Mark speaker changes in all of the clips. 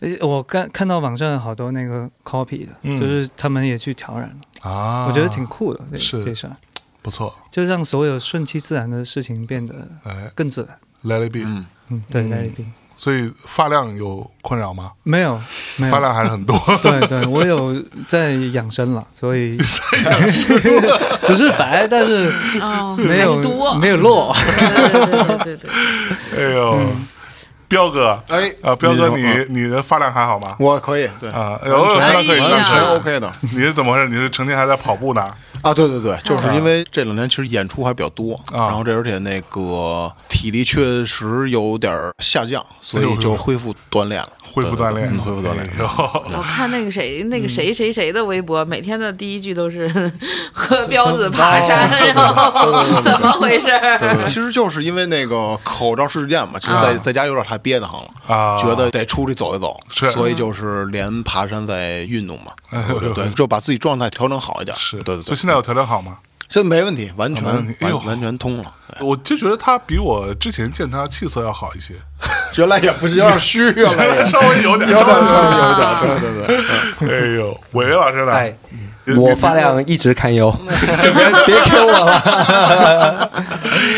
Speaker 1: 呃我看看到网上好多那个 copy 的，
Speaker 2: 嗯
Speaker 1: 就是他们也去调染了。
Speaker 2: 啊，
Speaker 1: 我觉得挺酷的，这
Speaker 2: 是
Speaker 1: 这事儿，
Speaker 2: 不错。
Speaker 1: 就让所有顺其自然的事情变得
Speaker 2: 哎
Speaker 1: 更自然。
Speaker 2: ，Let it be。
Speaker 3: 嗯，
Speaker 1: 嗯，对，那一定
Speaker 2: 所以发量有困扰吗？
Speaker 1: 没有没
Speaker 2: 发
Speaker 1: 有。
Speaker 2: 量还是很多。
Speaker 1: 对对，我有在养生了，所以只是白，但是
Speaker 4: 哦，
Speaker 1: 没
Speaker 4: 还
Speaker 1: 有
Speaker 4: 是多，
Speaker 1: 没有落。
Speaker 4: 对对对对对对。
Speaker 2: 哎呦，
Speaker 1: 嗯
Speaker 2: 彪哥
Speaker 3: 哎
Speaker 2: 啊，彪哥，你
Speaker 3: 嗯
Speaker 2: 你的发量还好吗？
Speaker 3: 我可以对
Speaker 2: 啊，我有看到可以，
Speaker 4: 哎呀
Speaker 3: 完全
Speaker 4: 啊
Speaker 3: OK 的
Speaker 2: 你是怎么回事？你是成天还在跑步呢？
Speaker 3: 啊！对对对，就是因为这两年其实演出还比较多，
Speaker 2: 啊
Speaker 3: 然后这而且那个体力确实有点儿下降，所
Speaker 2: 哎
Speaker 3: 以
Speaker 2: 呦
Speaker 3: 就恢复锻炼了，
Speaker 2: 恢复锻炼哎
Speaker 3: 对对对嗯，恢复锻炼。
Speaker 2: 炼。
Speaker 4: 我看那个谁，那个谁谁谁的微博，每天的第一句都是和彪子爬山，然后怎么回事儿？
Speaker 2: 哎
Speaker 3: 对，对其实就是因为那个口罩事件嘛，其实在在家有点太憋得慌了，
Speaker 2: 啊
Speaker 3: 觉得得出去走一走，
Speaker 2: 是哎
Speaker 3: 所以就是连爬山在运动嘛，对对，就把自己状态调整好一点，
Speaker 2: 是，
Speaker 3: 对对
Speaker 2: 所
Speaker 3: 对
Speaker 2: 以，现在有调整好吗？
Speaker 3: 这没问题，完全
Speaker 2: 啊没问题哎呦
Speaker 3: 完完全通了。对
Speaker 2: 我就觉得他比我之前见他气色要好一些，
Speaker 3: 原来也不是有点虚，原来也
Speaker 2: 稍微有点，
Speaker 3: 哎有
Speaker 2: 稍
Speaker 3: 点
Speaker 2: 微
Speaker 3: 有
Speaker 2: 有
Speaker 3: 点有点，对对 嗯对，
Speaker 2: 点。哎呦，伟伟老师呢？
Speaker 5: 哎
Speaker 2: 你
Speaker 5: 我发量一直堪忧，就别别 Q 我 了。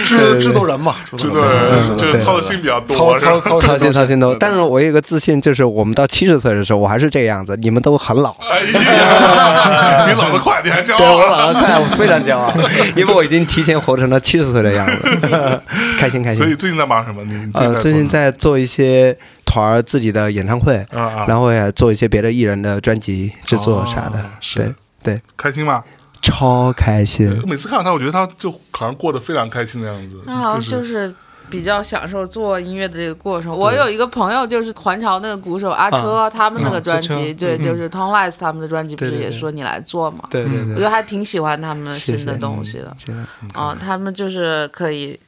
Speaker 3: 制制作人嘛，
Speaker 2: 这
Speaker 3: 制
Speaker 2: 个这个操的心比较多，
Speaker 3: 操
Speaker 2: 是吧
Speaker 3: 操操
Speaker 5: 操心操心都，但是我有一个自信，就是我们到七十岁的时候，我还是这个样子。你们都很老，
Speaker 2: 哎呀，你 老得快，你还骄
Speaker 5: 对
Speaker 2: 傲
Speaker 5: 我老 得快，我非常骄傲，因为我已经提前活成了七十岁的样子，开心开
Speaker 2: 所以
Speaker 5: 心。
Speaker 2: 最近在忙什么？你你
Speaker 5: 呃，最近在做一些团儿自己的演唱会，
Speaker 2: 啊啊
Speaker 5: 然后也做一些别的艺人的专辑制作啥的
Speaker 2: 哦，是
Speaker 5: 对对，
Speaker 2: 开心吗？
Speaker 5: 超开心。
Speaker 3: 嗯
Speaker 2: 每次看到他，我觉得他就好像过得非常开心的样子，
Speaker 4: 他好像
Speaker 2: 就
Speaker 4: 就是是比较享受做音乐的这个过程。我有一个朋友，就是环潮那个鼓手阿车，他们那个专
Speaker 1: 阿
Speaker 4: 辑，
Speaker 1: 车
Speaker 4: 对，就是 Tom l i s 他们的专辑，不
Speaker 5: 对
Speaker 4: 是
Speaker 5: 对
Speaker 4: 也
Speaker 5: 对
Speaker 4: 说你来做嘛？
Speaker 5: 对对
Speaker 4: 我
Speaker 5: 对
Speaker 4: 觉，得还挺喜欢他们
Speaker 5: 谢谢
Speaker 4: 新的东西的。
Speaker 5: 真的
Speaker 4: 啊，他们就是可以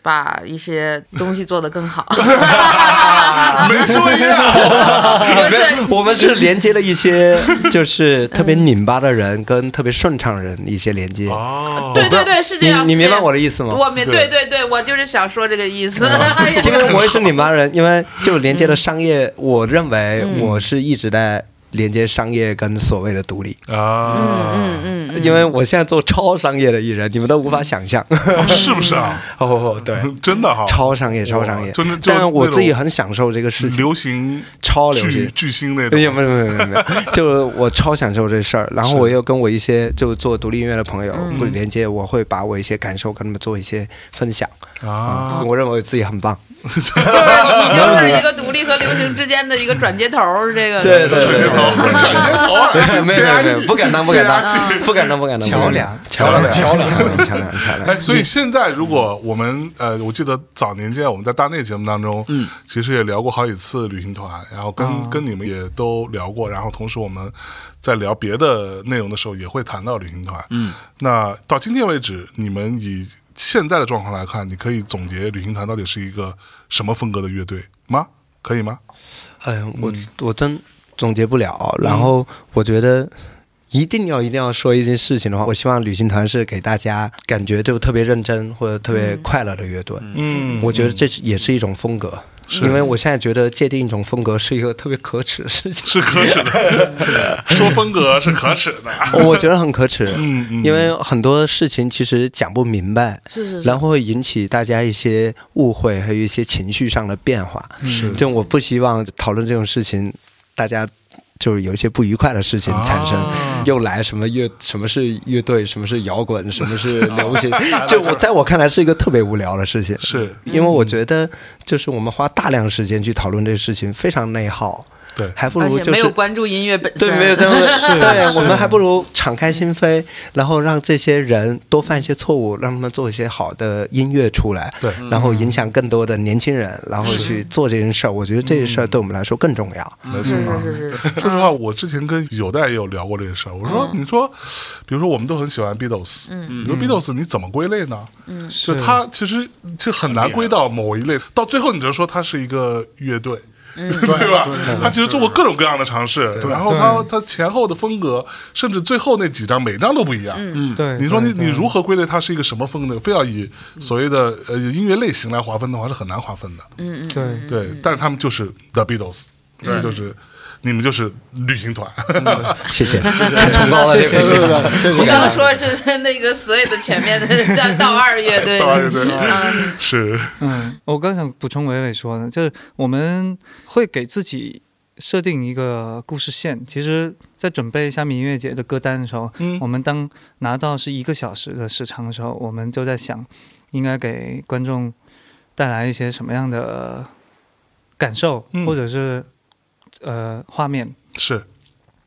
Speaker 4: 把一些东西做得更好。
Speaker 2: 啊没说一样，
Speaker 4: 就是
Speaker 5: 啊我们是连接了一些就是特别拧巴的人跟特别顺畅人的一些连接。
Speaker 2: 哦，
Speaker 4: 对对对，是这
Speaker 5: 你
Speaker 4: 样。
Speaker 5: 你
Speaker 4: 是
Speaker 5: 明
Speaker 4: 这
Speaker 5: 白
Speaker 4: 样
Speaker 5: 我的意思吗？
Speaker 4: 我明对对对，我就是想说这个意 思。哎呀
Speaker 5: 因为我也是拧巴人，因为就连接了商业，我认为
Speaker 2: 嗯
Speaker 5: 我是一直在连接商业跟所谓的独立，
Speaker 2: 啊，
Speaker 4: 嗯嗯，
Speaker 5: 因为我现在做超商业的艺人，你们都无法想
Speaker 2: 嗯
Speaker 5: 象。
Speaker 2: 是不是啊？
Speaker 5: 哦，对，
Speaker 2: 真的哈，
Speaker 5: 超商业，超商业
Speaker 2: 哇就那就，
Speaker 5: 但我
Speaker 2: 那种
Speaker 5: 自己很享受这个事情，
Speaker 2: 流行
Speaker 5: 超流
Speaker 2: 巨
Speaker 5: 行。哎
Speaker 2: 巨星那种
Speaker 5: 没有没有没有没有没有，就是我超享受这事儿，然后我又跟我一些就做独立音乐的朋友会连接，我会把我一些感受跟他们做一些分享，
Speaker 2: 啊，
Speaker 5: 我认为自己很棒。
Speaker 4: 就是你就是一个独立和流行之间的一个转接头儿，是这个
Speaker 5: 呃对对
Speaker 2: 吹
Speaker 5: 对
Speaker 2: 牛头，转接头啊，
Speaker 5: 没有没有，不敢当，不敢 当，不敢当，不敢当。
Speaker 1: 桥梁
Speaker 5: 桥梁，桥梁，桥梁，桥梁，桥梁。
Speaker 2: 哎，所以现在如果我们呃，我记得早年间我们在大内节目当中，嗯，啊其实也聊过好几次旅行团，然后跟、跟你们也都聊过，然后同时我们在聊别的内容的时候也会谈到旅行团，嗯，那到今天为止，你们以现在的状况来看，你可以总结旅行团到底是一个什么风格的乐队吗？可以吗？
Speaker 5: 哎呀，我
Speaker 2: 嗯
Speaker 5: 我真总结不了。然后我觉得一定要一定要说一件事情的话，我希望旅行团是给大家感觉就特别认真或者特别快乐的乐队。
Speaker 2: 嗯
Speaker 5: 我觉得这是也是一种风格，因为我现在觉得界定一种风格是一个特别可耻的 事情。
Speaker 2: 是可耻 的，说风格是可耻的，
Speaker 5: 我觉得很可耻，
Speaker 2: 嗯嗯
Speaker 5: 因为很多事情其实讲不明白，
Speaker 4: 是是是
Speaker 5: 然后会引起大家一些误会，还有一些情绪上的变化。
Speaker 2: 嗯是
Speaker 5: 就我不希望讨论这种事情，大家就是有一些不愉快的事情产生，
Speaker 2: 啊
Speaker 5: 又来什么乐，什么是乐队，什么是摇滚，什 么是流行，就我在我看来是一个特别无聊的事情。
Speaker 2: 是
Speaker 5: 因为我觉得，就是我们花大量时间去讨论这个事情，非常内耗，
Speaker 2: 对，
Speaker 5: 还不
Speaker 4: 而
Speaker 5: 如
Speaker 4: 且
Speaker 5: 就
Speaker 4: 没
Speaker 5: 是
Speaker 4: 有关注音乐本身，
Speaker 5: 对，没有这么，对我们还不如敞开心扉，然后让这些人多犯一些错误，让他们做一些好的音乐出来，
Speaker 2: 对，
Speaker 5: 然后影响更多的年轻人，然后去做这件事儿。我觉得这件事儿对我们来说更重要。
Speaker 2: 没错
Speaker 4: 是
Speaker 2: 啊。
Speaker 4: 是是是，
Speaker 2: 说实话，我之前跟有代也有聊过这个事儿。我说，你说，比如说我们都很喜欢 Beatles，嗯，你说 Beatles 你怎么归类呢？嗯， 就是它其实就很难归到某一类，到最后你就说它是一个乐队。 对吧？他其实做过各种各样的尝试，然后他他前后的风格，甚至最后那几张每张都不一样。嗯
Speaker 1: 对
Speaker 2: 你说你
Speaker 1: 对
Speaker 2: 你如何归类它是一个什么风格？非要以所谓的呃音乐类型来划分的话，是很难划分的。
Speaker 1: 对
Speaker 2: 对，但是他们就是 The Beatles，对，就是你们就是旅行团，
Speaker 5: 谢 谢，太崇高了，
Speaker 1: 谢
Speaker 5: 这
Speaker 1: 谢
Speaker 5: 个
Speaker 1: 谢
Speaker 5: 谢谢。
Speaker 1: 谢
Speaker 4: 你要说是 那个所有的前面的到到二乐队，
Speaker 2: 当然 对，
Speaker 4: 嗯
Speaker 2: 是
Speaker 1: 嗯，我刚想补充伟伟说的，就是我们会给自己设定一个故事线。其实，在准备虾米音乐节的歌单的时候，
Speaker 2: 嗯
Speaker 1: 我们当拿到是一个小时的时长的时候，我们就在想，应该给观众带来一些什么样的感受，
Speaker 2: 嗯
Speaker 1: 或者是呃画面。
Speaker 2: 是，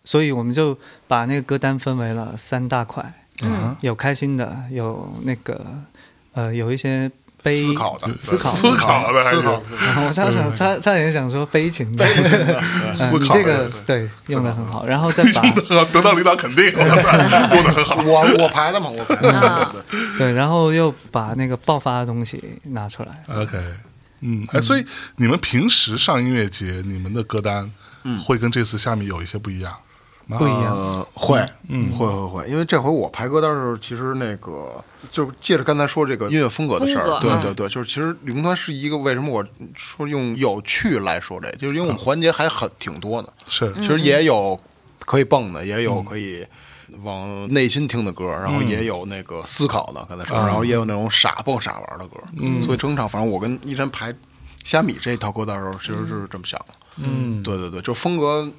Speaker 1: 所以我们就把那个歌单分为了三大块，
Speaker 2: 嗯，
Speaker 1: 有开心的，有那个呃，有一些悲
Speaker 3: 思考的，
Speaker 1: 思考
Speaker 2: 思考的还是
Speaker 3: 思考，
Speaker 1: 我差想差差点想说嗯悲情的， 嗯
Speaker 2: 思
Speaker 1: 你
Speaker 2: 考
Speaker 1: 这
Speaker 2: 的
Speaker 1: 个对 用的很好，然后再 把
Speaker 2: 得到领导肯定，我操，过得很好，
Speaker 3: 我我排的嘛，我排
Speaker 4: 啊
Speaker 3: 的，对对
Speaker 1: 对，然后又把那个爆发的东西拿出来。
Speaker 2: OK，嗯，哎，所以你们平时上音乐节，你们的歌单会跟这次下面有一些不一样，吗
Speaker 1: 不一样
Speaker 3: 呃，会，嗯，会会会，因为这回我排歌单的时候，其实那个就是借着刚才说这个音乐风格的事
Speaker 4: 风格
Speaker 3: 儿，对
Speaker 4: 嗯
Speaker 3: 对对，就是其实旅行团是一个为什么我说用有趣来说这，就是因为我们环节还很挺多的，
Speaker 2: 是
Speaker 3: 其实也有可以蹦的，也有可以往内心听的歌，然后也有那个思考的，刚才说，然后也有那种傻蹦傻玩的歌，所以整场反正我跟一山排虾米这一套歌的时候，其实是这么想的，嗯，对对对，就风格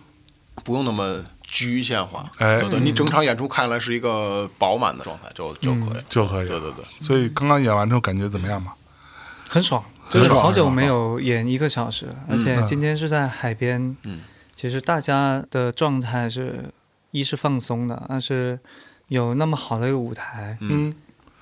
Speaker 3: 不用那么局限化，
Speaker 2: 哎
Speaker 3: 对对，你整场演出看来是一个饱满的状态就就可以，
Speaker 2: 就可以
Speaker 3: 对
Speaker 2: 了。
Speaker 3: 对对。
Speaker 2: 所以刚刚演完之后感觉怎么样嘛？
Speaker 1: 很爽，就是好嗯久没有演一个小时，而且今天是在海边，
Speaker 3: 嗯
Speaker 1: 其实大家的状态是一是放松的，二是有那么好的一个舞台，
Speaker 2: 嗯，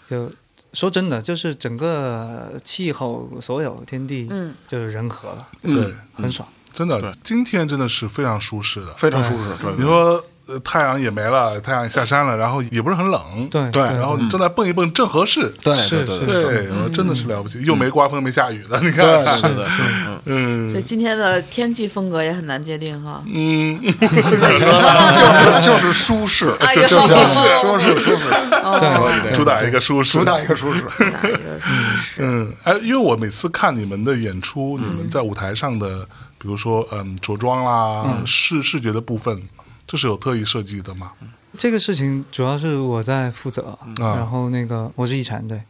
Speaker 1: 就说真的，就是整个气候、所有天地，
Speaker 4: 嗯，
Speaker 1: 就是人和了，
Speaker 2: 对，
Speaker 1: 很爽。
Speaker 2: 真的，今天真的是非常舒适的。
Speaker 3: 非常舒适，对，
Speaker 2: 你说呃太阳也没了，太阳也下山了，然后也不是很冷，
Speaker 1: 对
Speaker 3: 对
Speaker 2: 然后正在蹦一蹦正合适，
Speaker 3: 对
Speaker 1: 是
Speaker 3: 对
Speaker 1: 是
Speaker 2: 对，我真的是了不起，又没刮风没下雨的，你
Speaker 3: 对
Speaker 2: 看，
Speaker 3: 对对对，嗯
Speaker 2: 嗯
Speaker 4: 这今天的天气风格也很难界定哈。
Speaker 2: 嗯，
Speaker 3: 就是就是舒适，
Speaker 4: 哎
Speaker 3: 就
Speaker 4: 呦
Speaker 3: 就是 舒适舒适，
Speaker 4: 哦，
Speaker 3: 对
Speaker 2: 主打一个舒适，
Speaker 3: 主打一个舒适。
Speaker 4: 哪一个是
Speaker 2: 嗯，哎，因为我每次看你们的演出，你们在舞台上的，比如说嗯着装啦，视视觉的部分，这是有特意设计的吗？
Speaker 1: 这个事情主要是我在负责，
Speaker 2: 啊
Speaker 1: 然后那个我是一禅，对，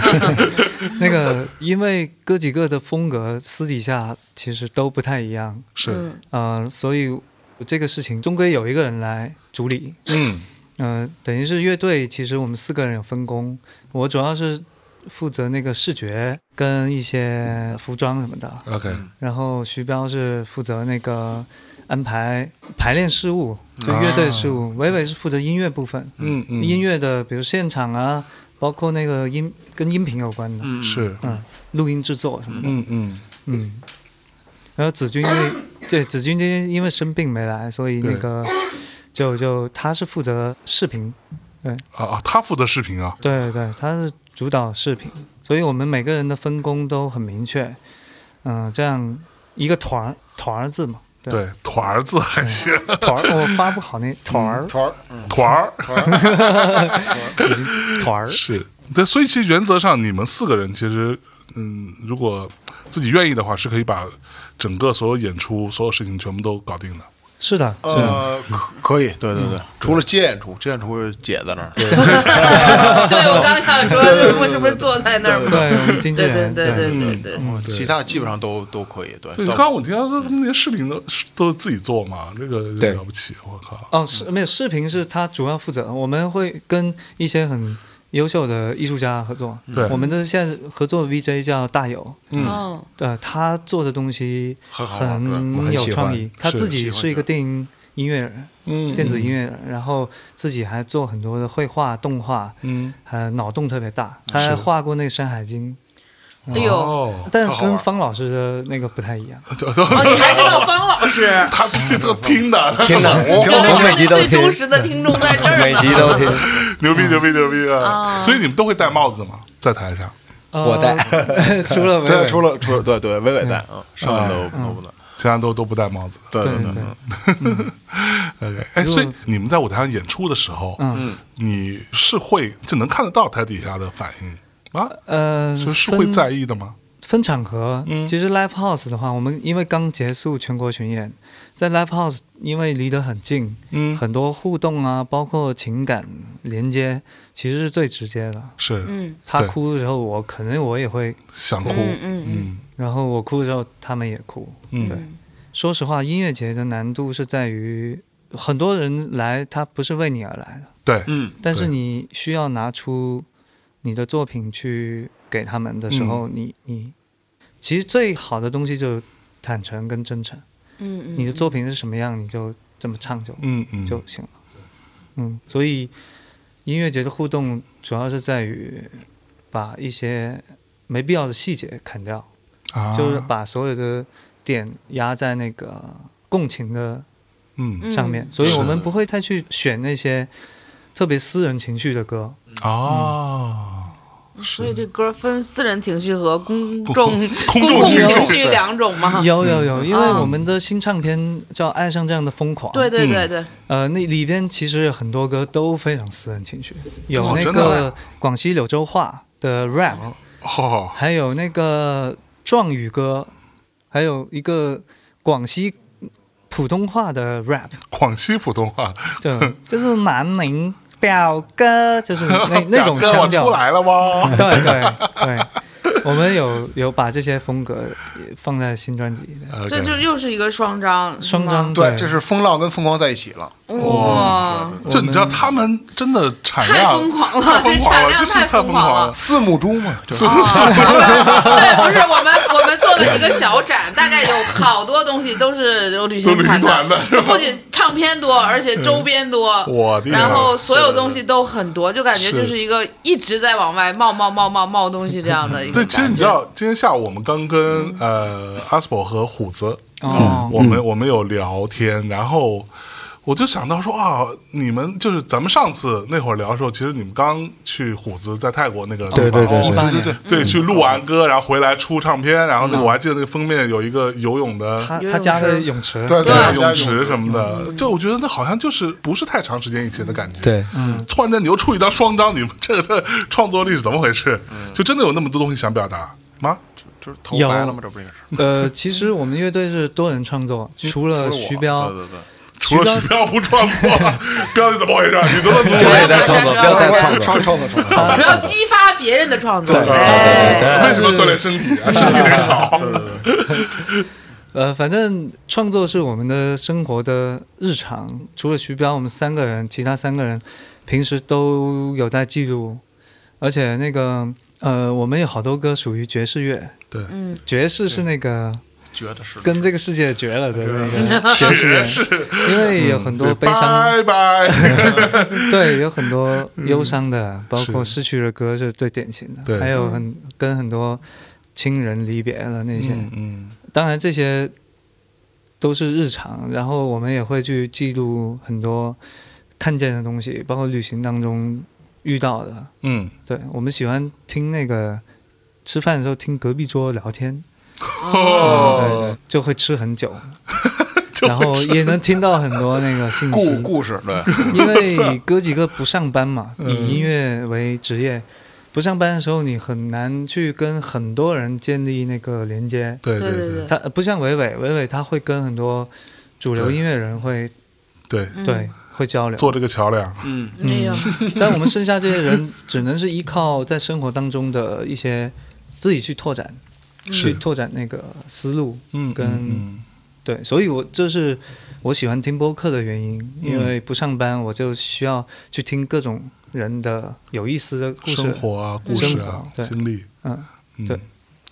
Speaker 1: 那个因为哥几个的风格私底下其实都不太一样，
Speaker 2: 是，
Speaker 4: 嗯
Speaker 1: 呃，所以这个事情终归有一个人来主理，
Speaker 2: 嗯
Speaker 1: 嗯、等于是乐队其实我们四个人有分工，我主要是负责那个视觉跟一些服装什么的，
Speaker 2: ，OK，嗯
Speaker 1: 然后徐彪是负责那个安排排练事务，就乐队事务，伟伟是负责音乐部分。
Speaker 2: 啊嗯嗯，
Speaker 1: 音乐的，比如现场啊，包括那个音跟音频有关的，
Speaker 3: 嗯，
Speaker 2: 是，
Speaker 1: 嗯，录音制作什么的，
Speaker 2: 嗯嗯，
Speaker 1: 嗯。然后子君因 为对子君今天因为生病没来，所以那个就就他是负责视频，
Speaker 2: 啊啊，他负责视频啊，
Speaker 1: 对对，他是主导视频，所以我们每个人的分工都很明确，嗯、这样一个团儿团儿字嘛，对嗯
Speaker 2: 对，团儿字还行，
Speaker 1: 团儿我发不好那团儿
Speaker 3: 团儿，
Speaker 2: 团儿
Speaker 1: 团儿，
Speaker 2: 是对，所以其实原则上你们四个人其实，嗯，如果自己愿意的话，是可以把整个所有演出所有事情全部都搞定的。
Speaker 1: 是的，
Speaker 3: 呃，可可以，对对
Speaker 1: 嗯
Speaker 3: 对，除了接演出，接演出是姐在那儿，
Speaker 4: 对我刚想说，我是不是坐在那儿吗？
Speaker 1: 对我们经纪
Speaker 4: 对对
Speaker 1: 人，
Speaker 4: 对对对对，
Speaker 1: 嗯
Speaker 3: 其他基本上都都可以，对
Speaker 2: 对，，
Speaker 3: 都
Speaker 2: 刚刚我听到说他们连视频都都自己做嘛，这个
Speaker 5: 对
Speaker 2: 了不起，我靠，
Speaker 1: 哦，是没有视频是他主要负责，我们会跟一些很优秀的艺术家合作。
Speaker 2: 对
Speaker 3: 嗯
Speaker 1: 我们的现在合作的 VJ 叫大有，
Speaker 4: 哦，
Speaker 1: 呃，他做的东西
Speaker 3: 很好玩对
Speaker 5: 我很
Speaker 1: 有
Speaker 5: 喜
Speaker 1: 创
Speaker 5: 欢
Speaker 1: 意，他
Speaker 2: 是
Speaker 1: 自己
Speaker 3: 喜欢
Speaker 1: 是一
Speaker 3: 这
Speaker 1: 个
Speaker 3: 样
Speaker 1: 电音音乐人，
Speaker 2: 嗯
Speaker 1: 电子音乐人，然后自己还做很多的绘画、动画，
Speaker 2: 嗯，
Speaker 1: 呃，脑洞特别大，他还画过那个《山海经
Speaker 4: 哎呦，哦，
Speaker 2: 哦》，，
Speaker 1: 但
Speaker 3: 特好
Speaker 1: 跟
Speaker 3: 玩
Speaker 1: 方老师的那个不太一样。
Speaker 4: 你还知道方老师？
Speaker 2: 他这都听的，
Speaker 5: 天哪， 我
Speaker 4: 原来
Speaker 5: 我每集都
Speaker 4: 最
Speaker 5: 听，
Speaker 4: 忠实的听众在这儿
Speaker 5: 每
Speaker 4: 呢。
Speaker 5: 集都 听，
Speaker 2: 牛逼牛逼牛逼啊！
Speaker 4: 啊
Speaker 2: 所以你们都会戴帽子吗？在台上
Speaker 5: 我
Speaker 1: 呃
Speaker 5: 带
Speaker 1: 除了伟
Speaker 3: 对，
Speaker 1: 伟
Speaker 3: 除了除了对对，伟伟带啊，剩下都都不能，
Speaker 2: 其他都都不戴帽子
Speaker 3: 对
Speaker 1: 嗯哎对
Speaker 3: 对
Speaker 1: 对，
Speaker 2: 的。OK，哎，
Speaker 1: 如
Speaker 2: 所
Speaker 1: 果
Speaker 2: 以你们在舞台上演出的时候，
Speaker 1: 嗯，
Speaker 2: 你是会就能看得到台底下的反应吗？
Speaker 1: 呃，
Speaker 2: 是是会
Speaker 1: 分
Speaker 2: 在意的吗？
Speaker 1: 分场合，
Speaker 2: 嗯
Speaker 1: 其实 live house 的话，我们因为刚结束全国巡演，在 live house 因为离得很近，
Speaker 2: 嗯
Speaker 1: 很多互动啊，包括情感连接，其实是最直接的。
Speaker 2: 是
Speaker 4: 嗯
Speaker 1: 他
Speaker 2: 对
Speaker 1: 哭的时候，我可能我也会；
Speaker 2: 想哭，
Speaker 4: 嗯嗯
Speaker 2: 嗯
Speaker 1: 然后我哭的时候，他们也哭。
Speaker 2: 嗯，
Speaker 4: 嗯，
Speaker 1: 说实话，音乐节的难度是在于，很多人来，他不是为你而来的，
Speaker 2: 对，
Speaker 3: 嗯，
Speaker 1: 但是
Speaker 2: 对
Speaker 1: 你需要拿出你的作品去给他们的时候，
Speaker 2: 嗯
Speaker 1: 你你其实最好的东西就是坦诚跟真诚。
Speaker 4: 嗯嗯，
Speaker 1: 你的作品是什么样，你就这么唱就、
Speaker 2: 嗯嗯，
Speaker 1: 就行了。嗯，所以音乐节的互动主要是在于把一些没必要的细节砍掉，
Speaker 2: 啊
Speaker 1: 就是把所有的点压在那个共情的
Speaker 2: 嗯
Speaker 1: 上面，
Speaker 4: 嗯
Speaker 1: 所以我
Speaker 3: 是
Speaker 1: 们
Speaker 3: 的
Speaker 1: 不会太去选那些特别私人情绪的歌。
Speaker 2: 哦，
Speaker 4: 所以这歌分私人情绪和公
Speaker 2: 空
Speaker 4: 众
Speaker 2: 空
Speaker 4: 公
Speaker 2: 众
Speaker 4: 众
Speaker 2: 情
Speaker 4: 情
Speaker 2: 绪
Speaker 4: 绪两种 嘛。
Speaker 1: 有有有，因为
Speaker 4: 啊
Speaker 1: 我们的新唱片叫《爱上这样的疯狂》，
Speaker 4: 对对
Speaker 2: 嗯
Speaker 4: 对对，
Speaker 1: 呃，那里边其实很多歌都非常私人情绪，有
Speaker 2: 哦
Speaker 1: 那
Speaker 2: 真的
Speaker 1: 个广西柳州话的 rap，、
Speaker 2: 哦，
Speaker 1: 还有那个壮语歌，还有一个广西普通话的 rap，
Speaker 2: 广西普通话，
Speaker 1: 对，就是南宁表哥，就是 那那种
Speaker 2: 表哥
Speaker 1: 腔
Speaker 2: 我出
Speaker 1: 调。
Speaker 2: 来了吗？
Speaker 1: 对对对，我们有有把这些风格也放在新专辑里。
Speaker 4: 这
Speaker 2: OK
Speaker 4: 就又是一个双张，
Speaker 1: 双张
Speaker 3: 对，
Speaker 1: 对
Speaker 3: 这是风浪跟疯狂在一起了，
Speaker 4: 哇，
Speaker 2: 就你知道他们真的产
Speaker 4: 太
Speaker 2: 量
Speaker 4: 疯狂
Speaker 2: 太
Speaker 4: 了，
Speaker 2: 疯
Speaker 4: 这
Speaker 2: 狂
Speaker 4: 产
Speaker 2: 了，
Speaker 4: 量
Speaker 2: 这是太
Speaker 4: 疯
Speaker 2: 疯狂
Speaker 4: 了
Speaker 2: 了。。
Speaker 3: 四母猪嘛，就是
Speaker 4: 哦对，不是我们，我们做了一个小展，大概有好多东西都是有旅行团
Speaker 2: 都旅行团的是吧嗯
Speaker 4: 不仅唱片多，而且周边多，
Speaker 2: 我的天啊
Speaker 4: 然后所有东西都很多，就感觉
Speaker 2: 是
Speaker 4: 就是一个一直在往外冒冒冒冒冒东西这样的一个
Speaker 2: 对，
Speaker 4: 感觉。
Speaker 2: 其实你知道，今天下午我们刚跟呃阿斯伯和虎子，
Speaker 1: 哦
Speaker 2: 我们我们有聊天，然后。我就想到说啊，你们就是咱们上次那会儿聊的时候，其实你们刚去虎子，在泰国那个
Speaker 5: 对对对
Speaker 2: 地方哦
Speaker 1: 18
Speaker 3: 对对对，
Speaker 2: 对，去录完歌，然后回来出唱片，然后那个我还记得那个封面有一个游泳的
Speaker 1: 他
Speaker 4: 游
Speaker 1: 他
Speaker 4: 泳
Speaker 1: 家的
Speaker 4: 池
Speaker 1: 泳池，
Speaker 3: 对
Speaker 2: 对
Speaker 3: 对
Speaker 2: 泳池什么的，就我觉得那好像就是不是太长时间以前的感觉。，
Speaker 5: 对，
Speaker 2: 突然间你又出一张双张，你们这个这个创作力是怎么回事？
Speaker 1: 嗯
Speaker 2: 就真的有那么多东西想表达吗？
Speaker 3: 就是头白了嘛，
Speaker 1: 有
Speaker 3: 这不应该是
Speaker 1: 呃，其实我们乐队是多人创作，除
Speaker 3: 除
Speaker 1: 了
Speaker 3: 了
Speaker 1: 呃徐
Speaker 3: 我
Speaker 1: 彪，
Speaker 3: 对对对。
Speaker 2: 除了
Speaker 1: 徐
Speaker 2: 许彪不创作， 彪你怎么回事？你都能读
Speaker 5: 不
Speaker 4: 对
Speaker 5: 要
Speaker 2: 了
Speaker 5: 再创作，不要再创作，
Speaker 3: 创创的创的，
Speaker 4: 主要激发别人的创作。
Speaker 5: 对对
Speaker 4: 哎
Speaker 5: 对对
Speaker 2: 为什么锻炼身体啊？身体得好。
Speaker 1: 呃，反正创作是我们的生活的日常。除了徐彪，我们三个人，其他三个人平时都有在记录，而且那个呃，我们有好多歌属于爵士乐，
Speaker 2: 对，
Speaker 4: 嗯，
Speaker 1: 爵士是那个
Speaker 3: 觉得是
Speaker 1: 跟这个世界绝了的那个爵士
Speaker 2: 确
Speaker 1: 乐，
Speaker 2: 是。
Speaker 1: 因为有很多悲伤，
Speaker 2: 拜拜。
Speaker 1: 对，有很多忧伤的，包括
Speaker 2: 是
Speaker 1: 失去的歌是最典型
Speaker 2: 对
Speaker 1: 的，还有很跟很多亲人离别了那些。
Speaker 2: 嗯，
Speaker 1: 当然这些都是日常，然后我们也会去记录很多看见的东西，包括旅行当中遇到的。
Speaker 2: 嗯，
Speaker 1: 对我们喜欢听那个吃饭的时候听隔壁桌聊天，对
Speaker 2: 哦，
Speaker 1: 对，就会吃很久，
Speaker 2: 就
Speaker 1: 然后也能听到很多那个信
Speaker 3: 故
Speaker 1: 息。
Speaker 3: 故事， 对，
Speaker 1: 因为哥几个不上班嘛，
Speaker 2: 嗯
Speaker 1: 以音乐为职业，不上班的时候你很难去跟很多人建立那个连接。
Speaker 2: 对
Speaker 4: 对对
Speaker 2: 对
Speaker 1: 他呃不像伟伟，伟伟他会跟很多主流
Speaker 2: 对
Speaker 1: 音乐人会
Speaker 2: 对，
Speaker 4: 嗯
Speaker 1: 对会交流，
Speaker 2: 做这个桥梁。
Speaker 3: 嗯，
Speaker 4: 哎 呦，
Speaker 1: 但我们剩下这些人只能是依靠在生活当中的一些自己去拓展，去拓展那个思路。
Speaker 2: 嗯，
Speaker 1: 嗯跟
Speaker 2: 嗯
Speaker 1: 对，所以我这是我喜欢听播客的原因，
Speaker 2: 嗯
Speaker 1: 因为不上班我就需要去听各种人的有意思的
Speaker 2: 嗯
Speaker 1: 故事
Speaker 2: 生。活啊，故事啊
Speaker 1: 生活，对
Speaker 2: 经历，
Speaker 1: 嗯，
Speaker 2: 嗯
Speaker 1: 对。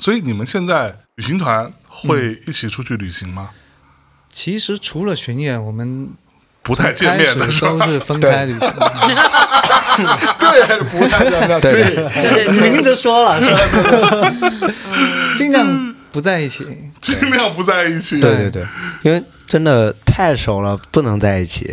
Speaker 2: 所以你们现在旅行团会一起出去旅行吗？
Speaker 1: 其实除了巡演，我们
Speaker 2: 不太见
Speaker 1: 开始
Speaker 2: 面的是
Speaker 1: 都
Speaker 2: 吧？
Speaker 1: 是分开旅行，
Speaker 5: 对，不太热闹， 对，
Speaker 4: 对对对，嗯
Speaker 1: 明着说了，是吧 尽量不在一起。
Speaker 2: 尽量不在一起。
Speaker 5: 对对对，因为真的太熟了，不能在一起，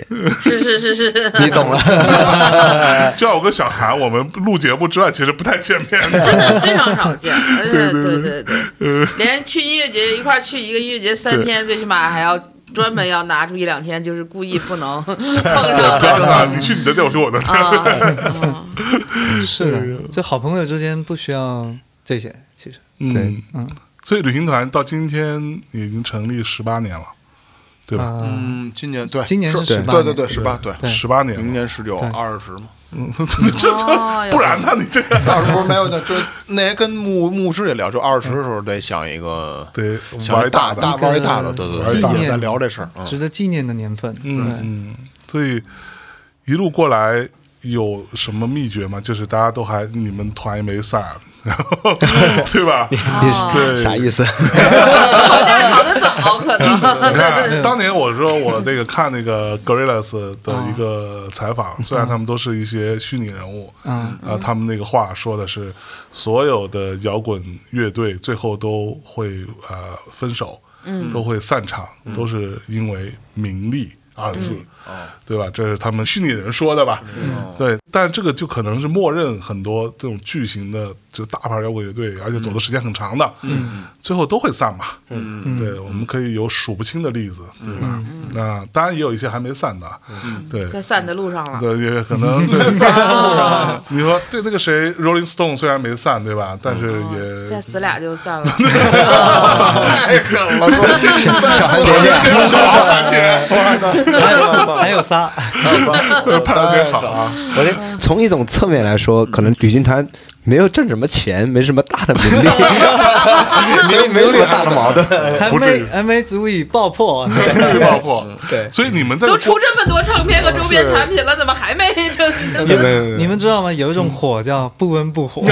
Speaker 4: 是是是是，
Speaker 5: 你懂了。
Speaker 2: 就像我跟小韩，我们录节目之外，其实不太见面 的。
Speaker 4: 真的非常少见，而 且
Speaker 2: 对嗯对
Speaker 4: 对对对，连去音乐节一块儿去一个音乐节三天，最起码还要专门要拿出一两天，就是故意不能碰上
Speaker 2: 不要
Speaker 4: 的
Speaker 2: 拿你去你的地儿，我去我的地儿。
Speaker 4: 啊。啊
Speaker 2: 嗯
Speaker 1: 是的，就好朋友之间不需要这些，其实
Speaker 2: 嗯
Speaker 5: 对，
Speaker 1: 嗯
Speaker 2: 所以旅行团到今天已经成立十八年了，对吧？
Speaker 1: 啊、
Speaker 3: 嗯，今年对，
Speaker 1: 今年是
Speaker 3: 对对
Speaker 1: 18
Speaker 3: 对对，
Speaker 1: 年
Speaker 3: 十八，对，
Speaker 1: 对
Speaker 2: 十八年了，
Speaker 3: 明年十九
Speaker 1: 对
Speaker 3: 二十嘛，
Speaker 2: 这
Speaker 4: 哦
Speaker 2: 这不然呢？你这 个
Speaker 3: 到时候没有那这那天跟牧牧师也聊，就二十的时候得想一个，
Speaker 2: 对
Speaker 3: 想
Speaker 2: 玩
Speaker 3: 一
Speaker 2: 一
Speaker 3: 大
Speaker 2: 的，
Speaker 3: 大玩一大的，对对
Speaker 2: 玩一
Speaker 3: 对，
Speaker 2: 大的
Speaker 3: 也在聊这事儿，嗯
Speaker 1: 值得纪念的年份。对，
Speaker 2: 啊嗯嗯，所以一路过来有什么秘诀吗？就是大家都还你们团也没散， 然后对吧？
Speaker 5: 你是
Speaker 2: 对
Speaker 5: 啥意思？
Speaker 4: 吵架吵得早，可能
Speaker 2: 你看，当年我说我那个看那个 Gorillas 的一个采访，虽然他们都是一些虚拟人物，
Speaker 1: 嗯，
Speaker 2: 啊，他们那个话说的是，所有的摇滚乐队最后都会呃分手，嗯，都会散场，都是因为名利二字，
Speaker 1: 嗯
Speaker 2: 对吧？这是他们虚拟人说的吧？
Speaker 4: 嗯
Speaker 2: 对，但这个就可能是默认很多这种巨型的就大牌摇滚乐队，而且走的时间很长的，嗯，最后都会散嘛，嗯，对，我们可以有数不清的例子，对吧？那当然也有一些还没散的，啊对，
Speaker 4: 嗯 在散的路上了。
Speaker 2: 对，也可 能对
Speaker 4: 啊
Speaker 2: 你说对那个谁，Rolling Stone 虽然没散，对吧？但是
Speaker 4: 哦再
Speaker 2: 也
Speaker 4: 死俩就散了，
Speaker 3: 太狠了，说
Speaker 5: 小韩甜 甜，
Speaker 1: 还有仨，
Speaker 2: 拍的挺好啊。
Speaker 5: 我觉得从一种侧面来说，可能旅行团没有挣什么钱，没什么大的名利，没没有 什么大的矛盾。
Speaker 1: 还
Speaker 2: 哎不至于
Speaker 1: 没还没足以爆破。
Speaker 2: 被爆破，
Speaker 5: 对
Speaker 2: 所以你们在
Speaker 4: 都出这么多唱片和周边产品了，怎么还没这？
Speaker 5: 没有没有没有
Speaker 2: 嗯
Speaker 1: 你们知道吗？有一种火叫不温不火，
Speaker 2: 我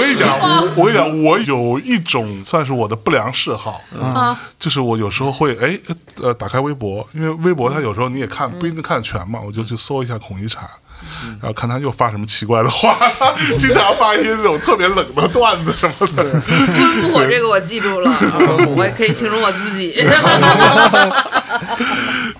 Speaker 2: 跟你讲，我我跟你讲，我有一种算是我的不良嗜好，
Speaker 4: 啊，
Speaker 2: 就是我有时候会哎呃打开微博，因为微博它有时候你也看不一定看得全嘛，我就去搜一下孔一禅。然后看他又发什么奇怪的话， 经常发一些这种特别冷的段子什么的。
Speaker 4: 吞火这个我记住了，我可以形容我自 己。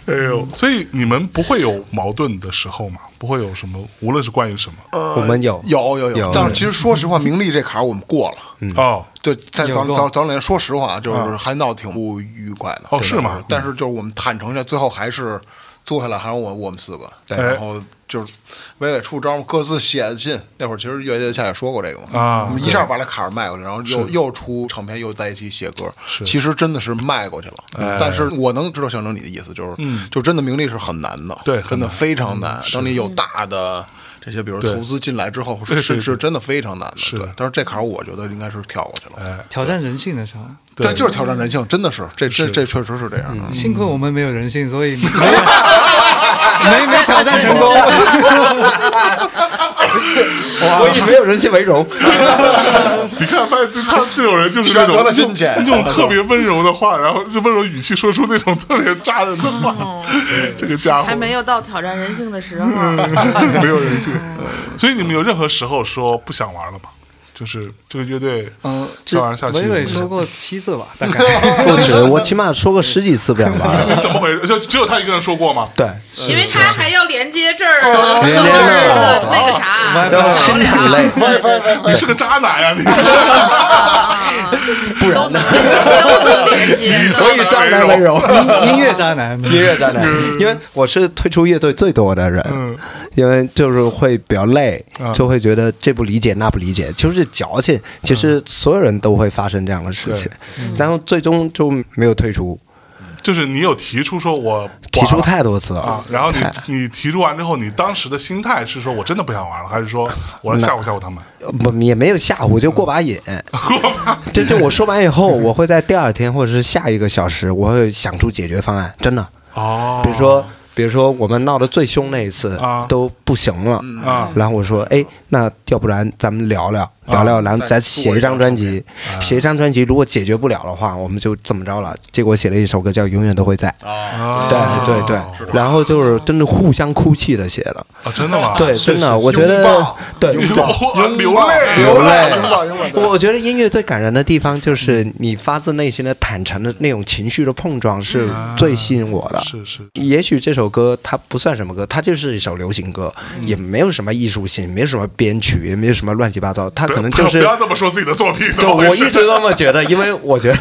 Speaker 2: 哎呦，所以你们不会有矛盾的时候嘛？不会有什么，无论是关于什么、
Speaker 5: 我们有
Speaker 3: 有有
Speaker 5: 有
Speaker 3: 但是其实说实话，名利这坎儿我们过了。
Speaker 2: 哦，
Speaker 3: 对，在
Speaker 1: 有
Speaker 3: 咱
Speaker 1: 过
Speaker 3: 咱咱俩说实话，就
Speaker 2: 啊
Speaker 3: 是还闹得挺不愉快的。
Speaker 2: 哦
Speaker 3: 对
Speaker 2: 是吗
Speaker 3: 但是就是我们坦诚一下，最后还是坐下来，还是我我们四个，对
Speaker 2: 哎
Speaker 3: 然后就是娓娓出招嘛，各自写的信。那会儿其实月月下也说过这个嘛，
Speaker 2: 啊
Speaker 3: 我们一下把这坎儿迈过去，然后又又出唱片，又在一起写歌。
Speaker 2: 是哎
Speaker 3: 其实真的是迈过去了。但是我能知道象征你的意思，就是
Speaker 2: 嗯
Speaker 3: 就真的名利是很难的，
Speaker 2: 对很
Speaker 3: 真的
Speaker 2: 难嗯
Speaker 3: 非常难。当你有大的。这些，比如
Speaker 2: 对
Speaker 3: 投资进来之后，
Speaker 2: 对对
Speaker 3: 是
Speaker 2: 对
Speaker 3: 是真的非常难的。
Speaker 2: 是
Speaker 3: 对但是这坎儿，我觉得应该是跳过去了。
Speaker 2: 哎，
Speaker 1: 挑战人性的时候，
Speaker 2: 对
Speaker 3: 对，就是挑战人性，真的是，这这
Speaker 2: 是嗯
Speaker 3: 这确实是这样的。啊
Speaker 1: 幸亏我们没有人性，所以没有 没没挑战成功。
Speaker 5: 我以没有人性为荣。
Speaker 2: 你看，发现就他这种人就是那种
Speaker 3: 选择了金钱
Speaker 2: 用用特别温柔的话，然后用温柔语气说出那种特别扎人的话， 这个家伙
Speaker 4: 嗯还 没有到挑战人性的时候，
Speaker 5: 嗯
Speaker 2: 没有人性。所以你们有任何时候说不想玩了吗？就是这个乐队
Speaker 1: 嗯，
Speaker 2: 跳完下去，
Speaker 1: 伟伟说过七次吧，大概
Speaker 5: 不止，我起码说过十几次不想玩了。
Speaker 2: 怎么回事？就只有他一个人说过吗？
Speaker 5: 对，
Speaker 4: 因为他还要连接这儿的
Speaker 5: 哦连
Speaker 4: 那
Speaker 5: 接那
Speaker 4: 儿
Speaker 5: 儿
Speaker 4: 的那个啥，
Speaker 5: 叫
Speaker 4: 桥
Speaker 5: 心
Speaker 4: 梁
Speaker 5: 苦 累，
Speaker 2: 你是个渣男呀！你
Speaker 4: 啊，
Speaker 5: 不然呢？
Speaker 4: 都能连 接，都
Speaker 5: 所以
Speaker 4: 能
Speaker 5: 渣男为荣。
Speaker 1: 音乐渣男，
Speaker 5: 音乐渣男，因为我是退出乐队最多的人，
Speaker 2: 嗯
Speaker 5: 因为就是会比较累
Speaker 2: 嗯，
Speaker 5: 就会觉得这不理解那不理解，就是矫情。其实所有人都会发生这样的事情，然后最终就没有退出，
Speaker 2: 就是你有提出说我不
Speaker 5: 提
Speaker 2: 玩
Speaker 5: 出
Speaker 2: 了
Speaker 5: 太多次
Speaker 2: 啊
Speaker 5: 了，。
Speaker 2: 然后你
Speaker 5: 太
Speaker 2: 你提出完之后，你当时的心态是说我真的不想玩了，还是说我要吓唬吓唬他们？
Speaker 5: 不也没有吓唬，就过把瘾。
Speaker 3: 啊
Speaker 5: 就就我说完以后，我会在第二天或者是下一个小时，我会想出解决方案，真的。
Speaker 2: 哦，
Speaker 5: 比如说，比如说我们闹得最凶那一次
Speaker 2: 啊
Speaker 5: 都不行了，
Speaker 3: 嗯
Speaker 2: 啊
Speaker 5: 然后我说，哎，那要不然咱们聊聊
Speaker 3: 啊
Speaker 5: 聊聊，然后
Speaker 3: 再
Speaker 5: 咱
Speaker 3: 做
Speaker 5: 写
Speaker 3: 一
Speaker 5: 一
Speaker 3: 张
Speaker 5: 张专辑，
Speaker 3: 啊
Speaker 5: 写一张专辑，如果解决不了的话，我们就这么着了。结果写了一首歌叫《永远都会在》。
Speaker 3: 啊，
Speaker 2: 啊，
Speaker 5: 对对对，然后就是真的互相哭泣的写了，
Speaker 2: 啊，真的吗？
Speaker 5: 对，真的，我觉
Speaker 3: 拥
Speaker 5: 得
Speaker 3: 抱
Speaker 5: 对，
Speaker 2: 我流泪，
Speaker 5: 流泪
Speaker 3: 拥抱拥抱拥抱。
Speaker 5: 我我觉得音乐最感人的地方就是你发自内心的坦诚的那种情绪的碰撞是最吸引我的。
Speaker 2: 嗯啊是是，
Speaker 5: 也许这首歌它不算什么歌，它就是一首流行歌，
Speaker 2: 嗯
Speaker 5: 也没有什么艺术性，没有什么编曲，也没有什么乱七八糟，它可能
Speaker 2: 不要
Speaker 5: 就是
Speaker 2: 不。要这么说自己的作品，怎
Speaker 5: 对，
Speaker 2: 么回
Speaker 5: 我
Speaker 2: 事
Speaker 5: 一直都这么觉得，因为 我觉得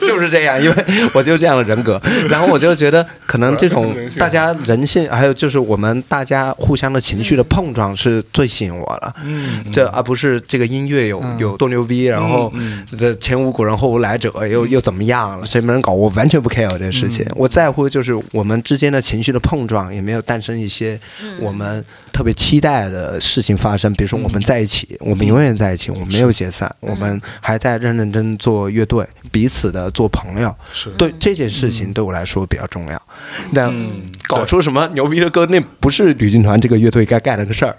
Speaker 5: 就是这样，因为我就这样的人格，然后我就觉得可能 这种大家人性，还有就是我们大家互相的情绪的碰撞是最吸引我了。
Speaker 2: 嗯，
Speaker 5: 这而不是这个音乐有有多牛逼，然后
Speaker 2: 嗯
Speaker 5: 这前无古人后无来者，又又怎么样了？谁没人搞？我完全不 care 这事
Speaker 2: 嗯
Speaker 5: 情，我在乎就是我们之间的情绪的碰撞，也没有诞生一些我们特别期待的事情发生。比如说我们在一起，我们永远在一起，我们没有解散，我们还在认认真真做乐队，彼此的做朋友。
Speaker 2: 是
Speaker 5: 对这件事情对我来说比较重要。那搞出什么牛逼的歌，那不是旅行团这个乐队该干的事儿。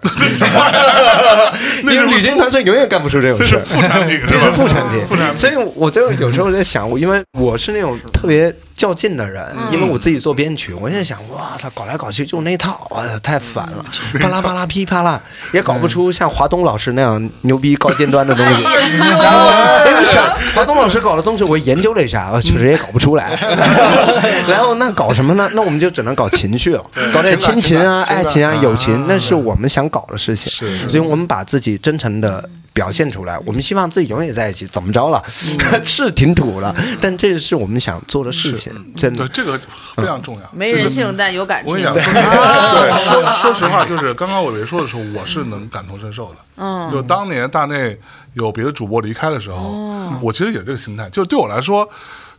Speaker 2: 那
Speaker 5: 因
Speaker 2: 是
Speaker 5: 为旅行团是永远干不出这种
Speaker 2: 这
Speaker 5: 事
Speaker 2: 是
Speaker 5: 儿。
Speaker 2: 副产品，
Speaker 5: 这
Speaker 2: 吧
Speaker 5: 是副产品
Speaker 2: 副产，品
Speaker 5: 所以我就有时候在想，因为我是那种特别较劲的人，因为我自己做编曲，我在想，哇，他搞来搞去就那套，哇，太烦了，
Speaker 2: 嗯
Speaker 5: 啪啦啪啦噼啪啦，也搞不出像华东老师那样牛逼高尖端的
Speaker 4: 哎
Speaker 5: 东西。然后因为想华东老师搞的东西，我研究了一下，啊确实也搞不出 来。然后那搞什么呢？那我们就只能搞情绪了，搞点亲情啊、
Speaker 3: 情感
Speaker 5: 爱情啊、友情，那是我们想搞的事情。
Speaker 2: 是
Speaker 5: 所以我们把自己真诚的表现出来，我们希望自己永远在一起，怎么着了？ 是挺土了，但这是我们想做的事情，真
Speaker 2: 对
Speaker 5: 的。
Speaker 2: 这个非常重要，
Speaker 4: 没人性但有感
Speaker 2: 我
Speaker 4: 情哎啊
Speaker 2: 跟你。讲，对，说 说实话，就是刚刚伟伟说的时候，我是能感同身受的。
Speaker 4: 嗯，
Speaker 2: 就当年大内有别的主播离开的时候，
Speaker 4: 哦
Speaker 2: 我其实也这个心态，就是对我来说。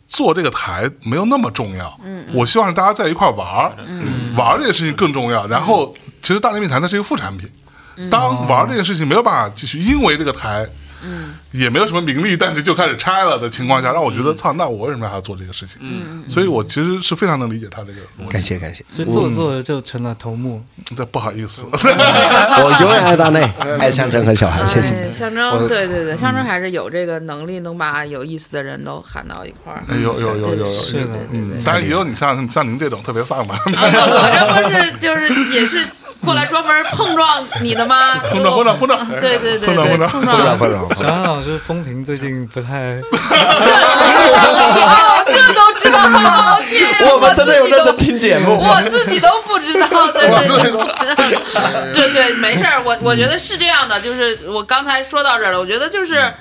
Speaker 2: 做这个台没有那么重要，
Speaker 4: 嗯
Speaker 2: 我希望是大家在一块儿玩儿，嗯玩儿这件事情更重要。然
Speaker 4: 嗯
Speaker 2: 后，其实大内密谈它是一个副产品，当玩儿这件事情没有办法继续，因为这个台嗯，也没有什么名利，但是就开始拆了的情况下，让我觉
Speaker 4: 嗯
Speaker 2: 得操，那我为什么还要做这个事情？嗯，所以我其实是非常能理解他这个逻
Speaker 5: 感
Speaker 2: 辑。
Speaker 5: 谢感谢，
Speaker 1: 就做着做着就成了头目，
Speaker 2: 这不好意思，
Speaker 5: 嗯我永远爱大内，爱上真和小韩，谢谢。
Speaker 4: 哎，象征，对对对，象征还是有这这个能力，能把有意思的人都喊到一块儿。
Speaker 2: 哎 有有 有有有，
Speaker 1: 是的
Speaker 2: 嗯，当然也有你像像您这种特别丧的，
Speaker 4: 啊那我这不是就是也是过来专门碰撞你的吗？
Speaker 2: 碰撞碰撞碰撞
Speaker 4: 对对对
Speaker 2: 碰撞
Speaker 4: 对，
Speaker 2: 碰撞
Speaker 4: 碰
Speaker 5: 不知道不知道，
Speaker 1: 小安老师风评最近不太，
Speaker 4: 嗯哦这都知道，抱歉，
Speaker 5: 我们真的有认真
Speaker 4: 自己
Speaker 5: 听节
Speaker 4: 都
Speaker 5: 目，
Speaker 4: 我自己都不知道， 对对对，对对，没事
Speaker 2: 嗯
Speaker 4: 儿，我我觉得是这样的，就是我刚才说到这儿了，我觉得
Speaker 2: 嗯
Speaker 4: 就是。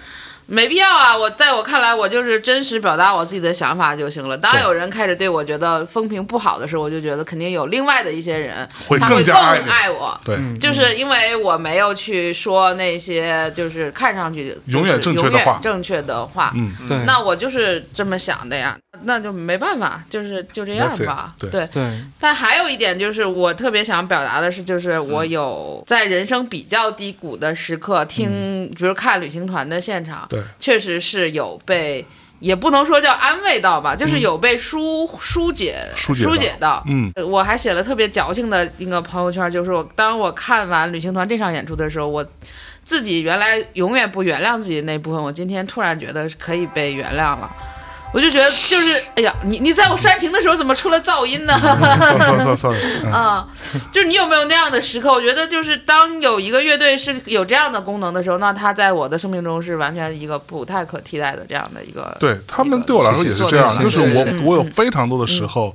Speaker 4: 没必要啊！我在我看来，我就是真实表达我自己的想法就行了。当有人开始对我觉得风评不好的时候，我就觉得肯定有另外的一些人，
Speaker 2: 会
Speaker 4: 他
Speaker 2: 更
Speaker 4: 会
Speaker 2: 加
Speaker 4: 更
Speaker 2: 爱你嗯
Speaker 4: 爱我。
Speaker 2: 对，
Speaker 4: 就是因为我没有去说那些就是看上去就是
Speaker 2: 永远正确的话
Speaker 4: 永远正确的话，
Speaker 2: 嗯，
Speaker 1: 对
Speaker 4: 那我就是这么想的呀，那就没办法，就是就这样
Speaker 2: That's it，
Speaker 4: 吧。
Speaker 2: 对
Speaker 1: 对
Speaker 4: 但还有一点就是，我特别想表达的是，就是我
Speaker 2: 嗯
Speaker 4: 有在人生比较低谷的时刻听，比如看旅行团的现场，
Speaker 2: 嗯对，
Speaker 4: 确实是有被，也不能说叫安慰到吧，就是有被疏疏解
Speaker 2: 嗯疏解到
Speaker 4: 到。
Speaker 2: 嗯，
Speaker 4: 呃我还写了特别矫情的一个朋友圈，就是我当我看完旅行团这场演出的时候，我自己原来永远不原谅自己那部分，我今天突然觉得可以被原谅了。我就觉得就是，哎呀，你你在我煽情的时候怎么出了噪音呢？
Speaker 2: sorry sorry sorry，嗯
Speaker 4: 啊，就是你有没有那样的时刻？我觉得就是当有一个乐队是有这样的功能的时候，那它在我的生命中是完全一个不太可替代的这样的一个。
Speaker 2: 对他们对我来说也是这样，
Speaker 4: 是
Speaker 2: 就是是我
Speaker 4: 是
Speaker 2: 我有非常多的时候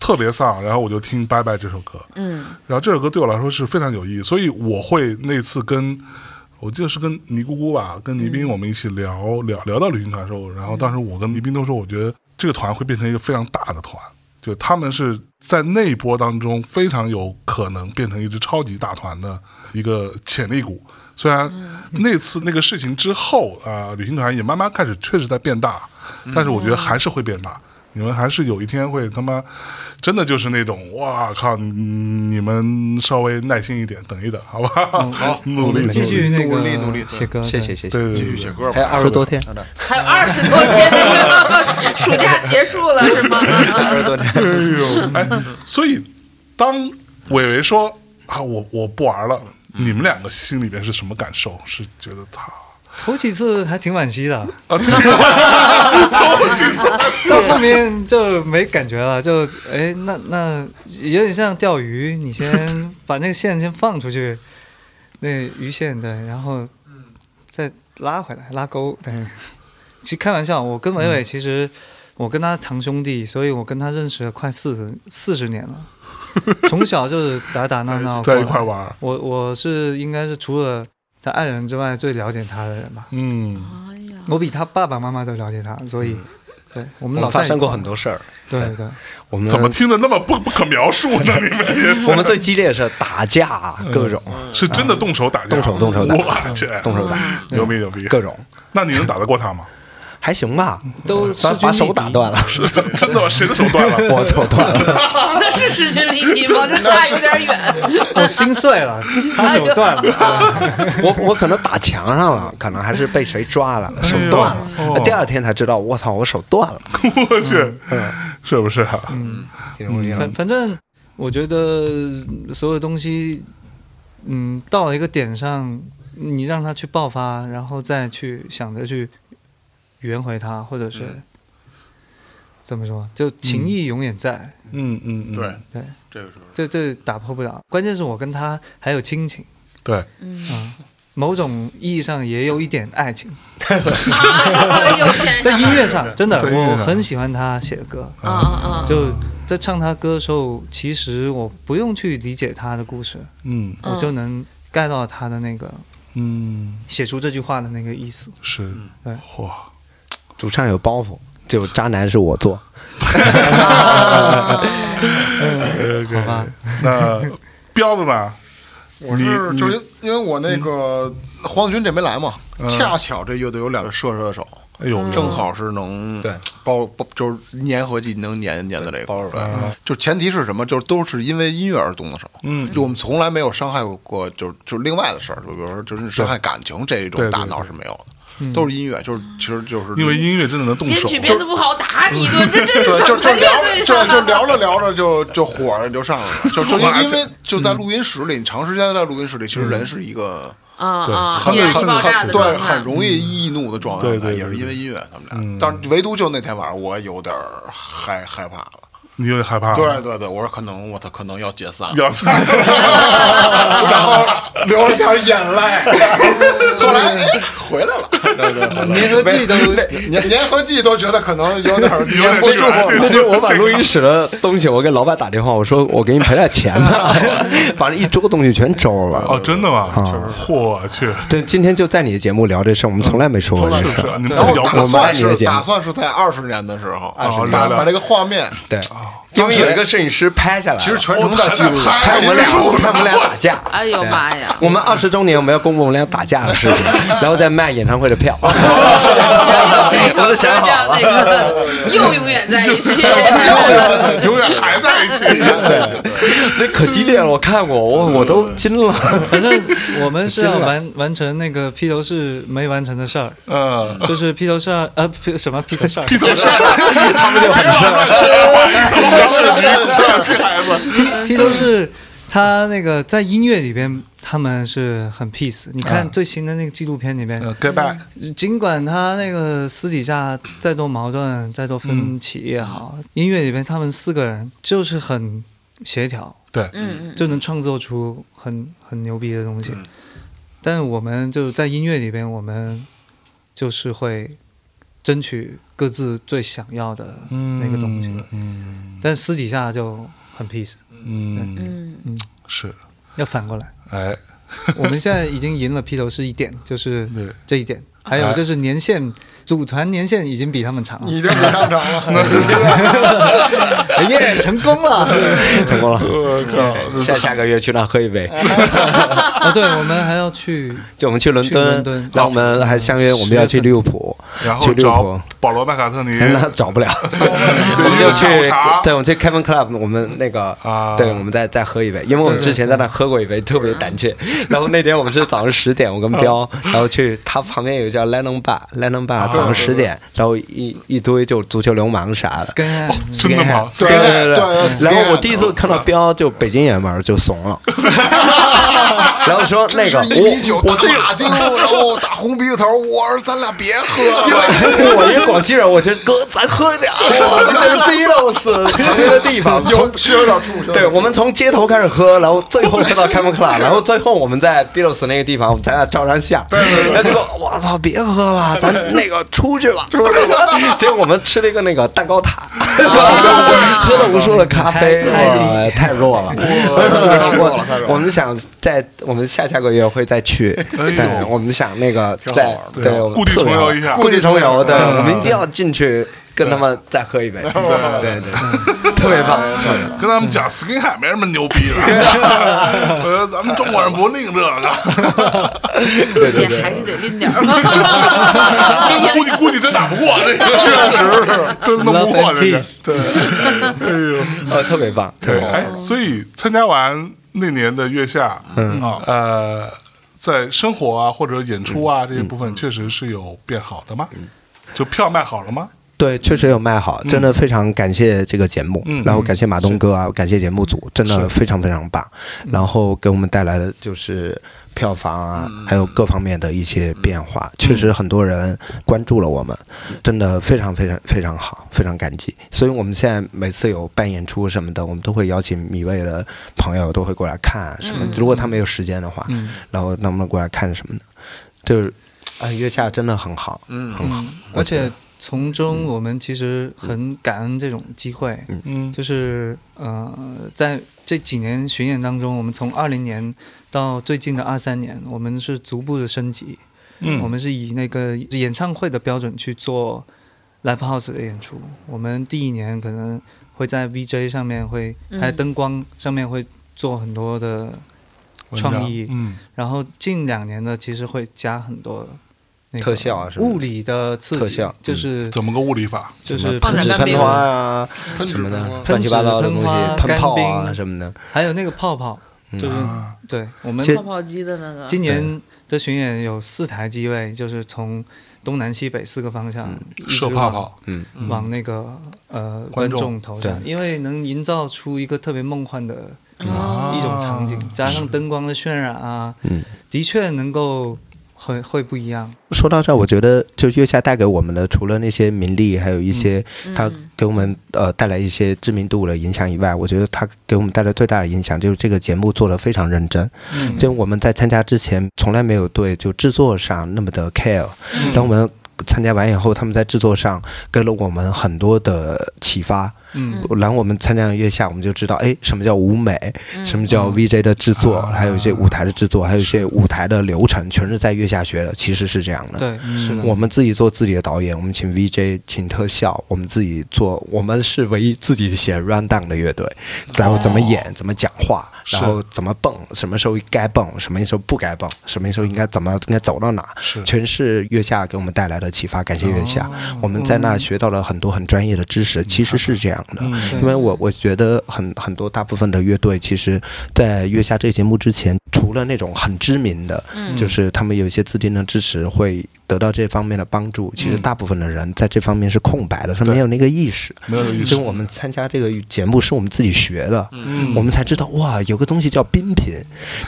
Speaker 2: 特别丧，然后我就听《拜拜》这首歌，
Speaker 4: 嗯，
Speaker 2: 然后这首歌对我来说是非常有意义，所以我会那次跟我记得是跟尼姑姑吧，跟倪斌我们一起聊、聊聊到旅行团的时候，然后当时我跟倪斌都说，我觉得这个团会变成一个非常大的团，就他们是在那一波当中非常有可能变成一支超级大团的一个潜力股。虽然那次那个事情之后啊、旅行团也慢慢开始确实在变大，但是我觉得还是会变大。你们还是有一天会他妈真的就是那种哇靠！你你们稍微耐心一点，等一等，好吧？
Speaker 1: 嗯
Speaker 2: 好， 努力
Speaker 1: 继续那
Speaker 3: 努力努力
Speaker 1: 个写歌，
Speaker 5: 谢
Speaker 1: 对
Speaker 5: 谢谢谢。
Speaker 2: 对对
Speaker 3: 继续
Speaker 2: 对
Speaker 3: 写
Speaker 2: 对，
Speaker 3: 歌
Speaker 5: 还有
Speaker 3: 吧。
Speaker 5: 二十多天，嗯
Speaker 4: 还有二十多天那个 暑假结束了是吗？
Speaker 5: 二十多天，
Speaker 2: 哎，所以当伟伟说啊，我我不玩了，
Speaker 5: 嗯
Speaker 2: 你们两个心里面是什么感受？是觉得他
Speaker 1: 头几次还挺惋惜的，
Speaker 2: 啊， 我几次
Speaker 1: 到后面就没感觉了，就哎，那那有点像钓鱼，你先把那个线先放出去，那鱼线对，然后再拉回来，拉钩对。其实开玩笑，我跟伟伟其实、我跟他堂兄弟，所以我跟他认识了快四十四十年 了，从小就是打打闹闹
Speaker 2: 在一
Speaker 1: 过来
Speaker 2: 块玩？
Speaker 1: 我我是应该是除了他爱人之外最了解他的人吧，
Speaker 2: 嗯，
Speaker 4: 哎呀，
Speaker 1: 我比他爸爸妈妈都了解他，所以。对我
Speaker 5: 嗯我
Speaker 1: 们老
Speaker 5: 们
Speaker 1: 在
Speaker 5: 发
Speaker 1: 一
Speaker 5: 生过
Speaker 1: 块儿
Speaker 5: 很多事儿，
Speaker 1: 对对，
Speaker 5: 我们
Speaker 2: 怎么听着那么不不可描述呢？你们也
Speaker 5: 我们最激烈的是打架啊，各种
Speaker 2: 是真的动手打架，
Speaker 5: 动手动手打
Speaker 2: 我去，
Speaker 5: 动手打，
Speaker 2: 牛逼牛逼！
Speaker 5: 各种
Speaker 2: 那你能打得过他 吗？
Speaker 5: 还行吧，
Speaker 1: 都势
Speaker 5: 把
Speaker 1: 均
Speaker 5: 把
Speaker 1: 力
Speaker 5: 手
Speaker 1: 敌
Speaker 5: 打 断了，
Speaker 2: 是真真的吗？谁的手断了？
Speaker 5: 我手断了，
Speaker 4: 这啊是势均力敌 吗？这差有点远。
Speaker 1: 我哦心碎了，他手断了，
Speaker 5: 我我可能打墙上了，可能还是被谁抓了，手断了。
Speaker 2: 哦
Speaker 5: 第二天才知道，我操，我手断了。
Speaker 2: 我去，
Speaker 5: 嗯
Speaker 2: 是不是啊？
Speaker 1: 反反正我觉得所有东西，嗯，到了一个点上，你让它去爆发，然后再去想着去圆回它，或者是、怎么说，就情谊永远在，
Speaker 2: 嗯嗯嗯，
Speaker 3: 对，
Speaker 1: 对，
Speaker 3: 这个是
Speaker 1: 这这打破不了。关键是我跟他还有亲情，
Speaker 2: 对，
Speaker 1: 某种意义上也有一点爱情，
Speaker 4: 啊，又天
Speaker 1: 在
Speaker 4: 上
Speaker 1: 音乐上真的，
Speaker 2: 在音乐
Speaker 1: 我
Speaker 2: 上
Speaker 1: 很喜欢他写的歌，
Speaker 4: 啊
Speaker 3: 嗯
Speaker 4: 啊
Speaker 1: 就在唱他歌的时候，其实我不用去理解他的故事，
Speaker 2: 嗯
Speaker 4: 嗯
Speaker 1: 我就能 get 到他的那个
Speaker 2: 嗯
Speaker 1: 写出这句话的那个意思。
Speaker 2: 是哎
Speaker 1: 对，
Speaker 2: 哇，
Speaker 5: 主唱有包袱，就渣男是我做。
Speaker 4: 啊！
Speaker 2: 好吧，那彪子呢？
Speaker 3: 我是
Speaker 2: 你
Speaker 3: 就是因为我那个
Speaker 2: 嗯
Speaker 3: 黄子君这没来嘛，恰巧这乐队有两个射射手，
Speaker 2: 哎
Speaker 4: 嗯
Speaker 2: 呦，
Speaker 3: 正好是能
Speaker 5: 对
Speaker 3: 包包就是粘合剂能粘粘的这个
Speaker 5: 包出来
Speaker 3: 来。就前提是什么？就是都是因为音乐而动的手。
Speaker 2: 嗯
Speaker 3: 就我们从来没有伤害过，就是就是另外的事儿，就比如说就是伤害感情这
Speaker 2: 对
Speaker 3: 一种
Speaker 2: 对嗯
Speaker 3: 大脑是没有的。都是音乐，就是其实就是
Speaker 2: 因为音乐真的能动
Speaker 4: 编
Speaker 2: 手，
Speaker 4: 曲编的不好，打你一顿，这真是
Speaker 3: 对，
Speaker 4: 什
Speaker 3: 就
Speaker 4: 么
Speaker 3: 就
Speaker 4: 乐队呀
Speaker 3: 聊着，就就聊着聊着就就火了，就上来了。 就就因
Speaker 2: 哇
Speaker 3: 为
Speaker 2: 这嗯
Speaker 3: 因为就在录音室里，你长时间在录音室里，其实人是一个
Speaker 4: 啊啊，
Speaker 2: 很
Speaker 4: 易燃
Speaker 2: 很
Speaker 4: 易爆炸的
Speaker 3: 对
Speaker 4: 状态
Speaker 3: 很容易易怒的状态
Speaker 5: 对，对对
Speaker 3: 也是
Speaker 5: 对
Speaker 3: 因为音乐他们俩。但是唯独就那天晚上，我有点儿害害怕了。
Speaker 2: 你有点害怕了。
Speaker 3: 对对对，我说可能我操，可能要解散了，
Speaker 2: 要 菜，
Speaker 3: 然后流了点眼泪。 后来哎回来了，对对对
Speaker 1: 您和自己都
Speaker 3: 年年和季都觉得可能有点儿
Speaker 2: 有点
Speaker 3: 不
Speaker 2: 悬
Speaker 3: 住了。
Speaker 2: 对
Speaker 5: 那天 我把录音室的东西，我给老板打电话，我说我给你赔点钱吧，反正一桌东西全周
Speaker 2: 哦，
Speaker 5: 了。
Speaker 2: 真的吗？我去，
Speaker 5: 对，今天就在你的节目聊这事儿，我们从来没说过
Speaker 3: 说到
Speaker 5: 这
Speaker 3: 这
Speaker 5: 事儿。
Speaker 2: 是你们
Speaker 3: 然后
Speaker 2: 自己摇滚
Speaker 3: 打
Speaker 5: 我们爱
Speaker 3: 算
Speaker 5: 你的
Speaker 3: 是
Speaker 5: 节目
Speaker 3: 打算是在二十年的时候，
Speaker 2: 20年
Speaker 3: 把
Speaker 2: 聊聊
Speaker 3: 把这个画面，
Speaker 5: 对，因为有一个摄影师拍下来了，
Speaker 3: 其实全程在记录着，
Speaker 5: 拍我们俩
Speaker 3: 记录着
Speaker 5: 拍我们俩打架。
Speaker 4: 哎呦妈呀！
Speaker 5: 我们二十周年，我们要公布我们俩打架的事情，然后再卖演唱会的票。 我都想
Speaker 4: 这样
Speaker 5: 好了
Speaker 4: 那。个又永远在一起，
Speaker 2: 永远还在一 起。
Speaker 5: 那可激烈了，我看过，我我都
Speaker 1: 嗯
Speaker 5: 惊了。
Speaker 1: 反正我们是要完完成那个披头士没完成的事儿，
Speaker 2: 嗯，
Speaker 1: 就是披头士二呃 披什么披头士二披
Speaker 2: 都是 他们就很帅， 哎我 是孩子，
Speaker 4: 嗯
Speaker 1: 披头士他那个在音乐里边他们是很 peace，你看最新的那个纪录片里面，
Speaker 2: 呃，get back，
Speaker 1: 尽管他那个私底下再多矛盾、再多分歧也好，
Speaker 2: 嗯
Speaker 1: 音乐里边他们四个人就是很协调，
Speaker 2: 对，
Speaker 4: 嗯嗯，
Speaker 1: 就能创作出很很牛逼的东西。
Speaker 2: 嗯
Speaker 1: 但我们就在音乐里边，我们就是会争取各自最想要的那个东西，
Speaker 2: 嗯
Speaker 1: 但私底下就很 peace。
Speaker 2: 嗯，是，
Speaker 1: 要反过来，
Speaker 2: 哎，
Speaker 1: 我们现在已经赢了披头士一点，就是
Speaker 2: 对啊
Speaker 1: 这一点。还有就是年限，组团年限已经比他们长了。
Speaker 3: 你这比当场啊 了。
Speaker 1: 耶，成功了！
Speaker 5: 成功了，哎
Speaker 2: 我靠，
Speaker 5: 下下个月去那喝一杯。
Speaker 1: 啊，对，我们还要去，
Speaker 5: 就我们去伦
Speaker 1: 去伦
Speaker 5: 敦
Speaker 1: 敦，
Speaker 5: 然后我们还相约我们要去利物浦，
Speaker 2: 然
Speaker 5: 去
Speaker 2: 后
Speaker 5: 利物浦
Speaker 2: 找，保罗麦卡特 尼，
Speaker 5: 那找不了，我们就
Speaker 2: 找
Speaker 5: 去
Speaker 2: 茬，
Speaker 5: 对，我们去 Kevin Club，我们那个
Speaker 2: 啊，
Speaker 5: 对，我们再再喝一杯，因为我们之前在那喝过一杯，特别胆怯。然后那天我们是早上十点，我跟彪，然后去他旁边有一个叫 Lennon Bar，Lennon Bar 早上十点，然后一一堆就足球流氓啥的，
Speaker 1: 跟爱
Speaker 2: 真的吗？
Speaker 5: 对
Speaker 3: 对
Speaker 5: 对然后我第一次看到彪就北京爷们儿就怂了， 然后说那个
Speaker 3: 一米九
Speaker 5: 我
Speaker 3: 大
Speaker 5: 我对
Speaker 3: 马丁，然后打红鼻子头，我说咱俩别喝了。
Speaker 5: 我一个广西人，我觉得哥，咱喝点儿，哇，这真是逼到死旁边的地方。从
Speaker 3: 有需要点畜生，
Speaker 5: 对，我们从街头开始喝，然后最后喝到开门克拉，然后最后我们在 b e a t l e s 那个地方，咱俩照张相，然后就说：“我操，别喝了，咱那个出去吧。”结果我们吃了一个那个蛋糕塔，
Speaker 3: 啊
Speaker 5: 喝了无数的咖啡，
Speaker 1: 太太低
Speaker 5: 哇太弱 了。
Speaker 3: 太弱了太弱了
Speaker 5: 我们想在我们下下个月会再去，
Speaker 2: 哎呦
Speaker 5: 对，我们想那个
Speaker 3: 挺好
Speaker 5: 在
Speaker 3: 玩的
Speaker 5: 对我们
Speaker 2: 故地
Speaker 5: 特别
Speaker 2: 重游
Speaker 5: 好
Speaker 2: 一下
Speaker 5: 故地重游，对，
Speaker 2: 嗯
Speaker 5: 我们一定要进去跟他们再喝一杯，对对，特别棒。
Speaker 2: 跟他们讲 skin high 没什么牛 逼的，呃，咱们中国人不吝这个，
Speaker 4: 也还是得拎点儿。
Speaker 2: 真估计估计真打不过这个，确实是真弄不
Speaker 1: love
Speaker 2: 过
Speaker 1: and
Speaker 2: 这个，
Speaker 1: peace，
Speaker 2: 哎呦。
Speaker 5: 呃，特别棒，特
Speaker 2: 对，
Speaker 5: 别棒。
Speaker 2: 哎，所以参加完那年的月下，嗯呃，在生活啊或者演出啊这些部分，确实是有变好的吗？就票卖好了吗？
Speaker 5: 对，确实有卖好，真的非常感谢这个节目，
Speaker 2: 嗯
Speaker 5: 然后感谢马东哥啊，感谢节目组，真的非常非常棒，然后给我们带来的就是票房啊，还有各方面的一些变化，确实很多人关注了我们，真的非常非常非常好，非常感激。所以我们现在每次有办演出什么的，我们都会邀请米未的朋友都会过来看啊什么，如果他们有时间的话，
Speaker 1: 嗯
Speaker 5: 然后让他们过来看什么的，就是。啊，月下真的很好，嗯，很好，
Speaker 1: 而且从中我们其实很感恩这种机会，
Speaker 2: 嗯
Speaker 1: 就是呃，在这几年巡演当中，我们从二零年到最近的二三年，我们是逐步的升级，
Speaker 2: 嗯
Speaker 1: 我们是以那个演唱会的标准去做 live house 的演出。我们第一年可能会在 VJ 上面会，
Speaker 4: 嗯
Speaker 1: 还有灯光上面会做很多的
Speaker 2: 文章
Speaker 1: 创意，
Speaker 2: 嗯
Speaker 1: 然后近两年呢，其实会加很多那个
Speaker 5: 特效啊什么的
Speaker 1: 物理的刺激，
Speaker 5: 特效
Speaker 1: 就是
Speaker 2: 怎么个物理法？
Speaker 1: 就是
Speaker 4: 放
Speaker 5: 喷
Speaker 4: 点
Speaker 5: 纸
Speaker 4: 干冰
Speaker 5: 喷花呀、什么的，
Speaker 1: 喷
Speaker 5: 乱
Speaker 1: 纸
Speaker 5: 七八糟的东
Speaker 1: 喷花
Speaker 5: 西，喷
Speaker 1: 干
Speaker 5: 炮
Speaker 1: 冰
Speaker 5: 啊什么的，
Speaker 1: 还有那个泡泡，就是
Speaker 2: 啊
Speaker 1: 对我们
Speaker 5: 这
Speaker 4: 泡泡机的那个，
Speaker 1: 今年的巡演有四台机位，就是从东南西北四个方向一直
Speaker 3: 射泡泡，
Speaker 5: 嗯，
Speaker 1: 往往那个呃
Speaker 2: 观
Speaker 1: 观
Speaker 2: 众
Speaker 1: 众头上，
Speaker 5: 对
Speaker 1: 因为能营造出一个特别梦幻的
Speaker 4: 哦
Speaker 1: 一种场景，加上灯光的渲染啊，的确能够很会不一样。
Speaker 5: 说到这儿，我觉得就月下带给我们的，除了那些名利，还有一些
Speaker 1: 嗯
Speaker 5: 它给我们呃带来一些知名度的影响以外，我觉得它给我们带来最大的影响就是这个节目做的非常认真。
Speaker 2: 嗯
Speaker 5: 就我们在参加之前，从来没有对就制作上那么的 care，但我们。参加完以后，他们在制作上给了我们很多的启发。
Speaker 1: 嗯，
Speaker 5: 然后我们参加完月下，我们就知道，哎，什么叫舞美，什么叫 VJ 的制作，还有一些舞台的制作，还有一些舞台的流程，全是在月下学的。其实是这样的。
Speaker 1: 对，是的，
Speaker 5: 我们自己做自己的导演，我们请 VJ，请特效，我们自己做，我们是唯一自己写 run down 的乐队，然后怎么
Speaker 1: 哦
Speaker 5: 演，怎么讲话，然后怎么蹦，什么时候该蹦，什么时候不该蹦，什么时候应该怎么应该走到哪，
Speaker 2: 是哦
Speaker 5: 全是月下给我们带来的启发，感谢月下，我们在那学到了很多很专业的知识，其实是这样的，
Speaker 2: 嗯
Speaker 5: 因为我我觉得很很多大部分的乐队，其实在月下这个节目之前，除了那种很知名的，
Speaker 4: 嗯
Speaker 5: 就是他们有一些资金的支持，会得到这方面的帮
Speaker 2: 嗯
Speaker 5: 助。其实大部分的人在这方面是空白的，他没有那个意识。
Speaker 2: 没有意
Speaker 5: 所
Speaker 2: 思
Speaker 5: 以，我们参加这个节目是我们自己学的，
Speaker 2: 嗯
Speaker 5: 我们才知道哇，有个东西叫冰品，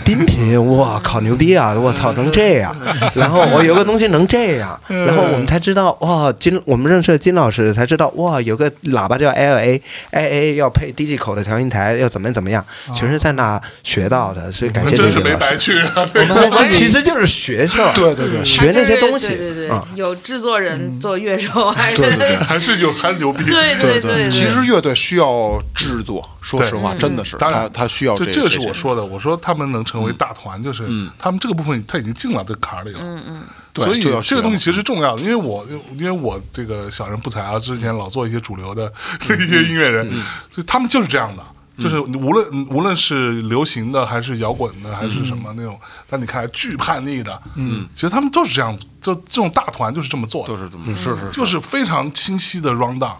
Speaker 5: 冰品，哇靠，牛逼啊！我操，能这样，然后我有个东西能这样，然后我们才知道哇，金我们认识的金老师才知道哇，有个喇叭叫 L A A A 要配 D G 口的调音台，要怎么样怎么样，全是在那学到的，所以感谢
Speaker 2: 真
Speaker 5: 这
Speaker 2: 是
Speaker 5: 个
Speaker 2: 没
Speaker 5: 老
Speaker 2: 白
Speaker 5: 师。
Speaker 2: 去啊！
Speaker 5: 我们其实就是学校，嗯
Speaker 2: 对对对，
Speaker 5: 学那些东西
Speaker 4: 还真是对对对
Speaker 5: 啊，，嗯
Speaker 4: 有制作人做乐手，还是
Speaker 3: 对对对
Speaker 2: 还是有还是牛逼。
Speaker 4: 对对对，嗯
Speaker 3: 其实乐队需要制作，说
Speaker 2: 对
Speaker 3: 实话，真的是，
Speaker 2: 当然
Speaker 3: 他他需要
Speaker 2: 就
Speaker 3: 这
Speaker 2: 这个是我
Speaker 3: 些嗯
Speaker 2: 说的，我说他们能成为大团，就是他们这个部分他已经进了这个坎儿里了。嗯嗯。
Speaker 3: 对
Speaker 2: 所以
Speaker 3: 就要嗯
Speaker 2: 这个
Speaker 3: 学
Speaker 2: 东西其实重要的，因为我因为我这个小人不才啊，之前老做一些主流的
Speaker 3: 嗯
Speaker 2: 一些音乐人，所以他们就是这样的，就是无论无论是流行的还是摇滚的
Speaker 3: 嗯
Speaker 2: 还是什么那种，但你看来巨叛逆的，嗯，其实他们都是这样，就这种大团就是这么做的，
Speaker 3: 都是这么嗯是是是
Speaker 2: 就是非常清晰的 round down。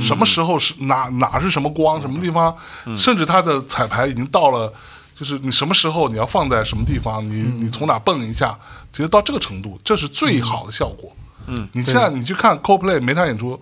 Speaker 2: 什么时候是哪哪是什么光，什么地方，甚至它的彩排已经到了，就是你什么时候你要放在什么地方，你你从哪蹦一下，其实到这个程度，这是最好的效果。嗯，你现在你去看 Coldplay 每场演出，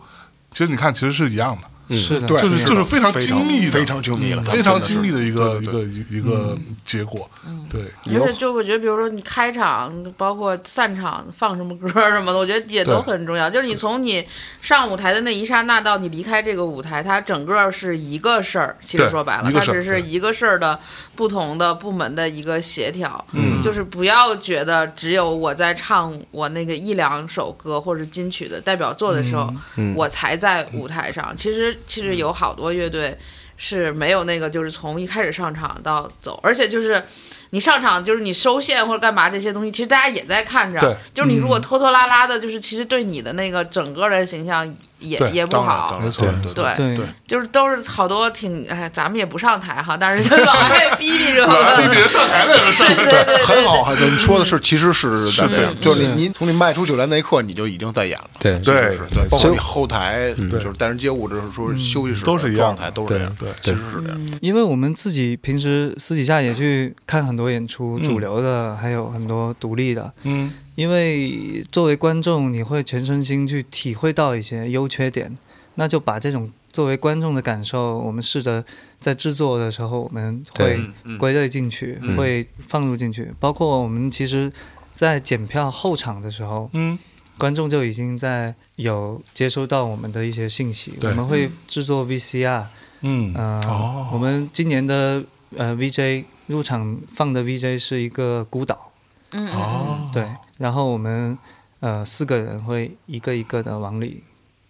Speaker 2: 其实你看其实是一样的，
Speaker 1: 是的，
Speaker 3: 对，
Speaker 2: 就是就是非常
Speaker 3: 非
Speaker 2: 精密的嗯
Speaker 3: 非常精密了，
Speaker 2: 非常精密
Speaker 3: 的。
Speaker 2: 的一个一个一一个结果。
Speaker 4: 嗯
Speaker 2: 对，
Speaker 4: 就是就我觉得，比如说你开场，包括散场放什么歌儿什么的，我觉得也都
Speaker 2: 对
Speaker 4: 很重要。就是你从你上舞台的那一刹那到你离开这个舞台，它整个是一个事儿。其实
Speaker 2: 对
Speaker 4: 说白了，
Speaker 2: 一个
Speaker 4: 它
Speaker 2: 事儿
Speaker 4: 只是
Speaker 2: 对
Speaker 4: 一个事儿的不同的部门的一个协调。嗯，就是不要觉得只有我在唱我那个一两首歌或者金曲的代表作的时
Speaker 2: 嗯
Speaker 4: 候，
Speaker 5: 嗯
Speaker 4: 我才在舞台上。其实其实有好多乐队。是没有那个，就是从一开始上场到走，而且就是你上场就是你收线或者干嘛这些东西，其实大家也在看着
Speaker 2: 对。
Speaker 4: 就是你如果拖拖拉拉的，就是其实对你的那个整个的形象也
Speaker 2: 对
Speaker 4: 也不
Speaker 3: 当然，当
Speaker 4: 好。
Speaker 2: 没
Speaker 3: 然
Speaker 2: 错
Speaker 3: 对对，
Speaker 4: 对，
Speaker 1: 对
Speaker 3: 对
Speaker 4: 就是都是好多挺哎，咱们也不上台 哈，但是就老爱逼逼着我
Speaker 2: 本来
Speaker 4: 们。
Speaker 2: 就别人上台了，这是
Speaker 4: 对对对对，嗯
Speaker 3: 很好，还你说的是，其实是在这样，就是
Speaker 1: 是
Speaker 3: 你你从你迈出酒来那一刻，你就已经在演了。
Speaker 5: 对
Speaker 2: 对嗯
Speaker 3: 是对，包
Speaker 5: 所
Speaker 3: 括
Speaker 5: 以
Speaker 3: 你后台就是待人接物，就是说休息室
Speaker 2: 都是一样
Speaker 3: 状态，都是这样，
Speaker 2: 对对
Speaker 3: 其实是这
Speaker 4: 嗯
Speaker 3: 样。
Speaker 1: 因为我们自己平时私底下也去看很多演出，主流的还有很多独立的，
Speaker 2: 嗯，
Speaker 1: 因为作为观众，你会全身心去体会到一些优缺点，那就把这种作为观众的感受，我们试着在制作的时候，我们
Speaker 5: 对
Speaker 1: 会
Speaker 3: 嗯嗯
Speaker 1: 归类进去，会放入进去。包括我们其实，在检票后场的时候，
Speaker 2: 嗯，
Speaker 1: 观众就已经在有接收到我们的一些信息，我
Speaker 2: 对
Speaker 1: 们会制作 VCR，
Speaker 2: 嗯
Speaker 1: 呃，
Speaker 2: 哦
Speaker 1: 我们今年的呃 VJ 入场放的 VJ 是一个孤岛。
Speaker 4: 嗯，嗯
Speaker 2: 哦，
Speaker 1: 对，然后我们呃四个人会一个一个的往里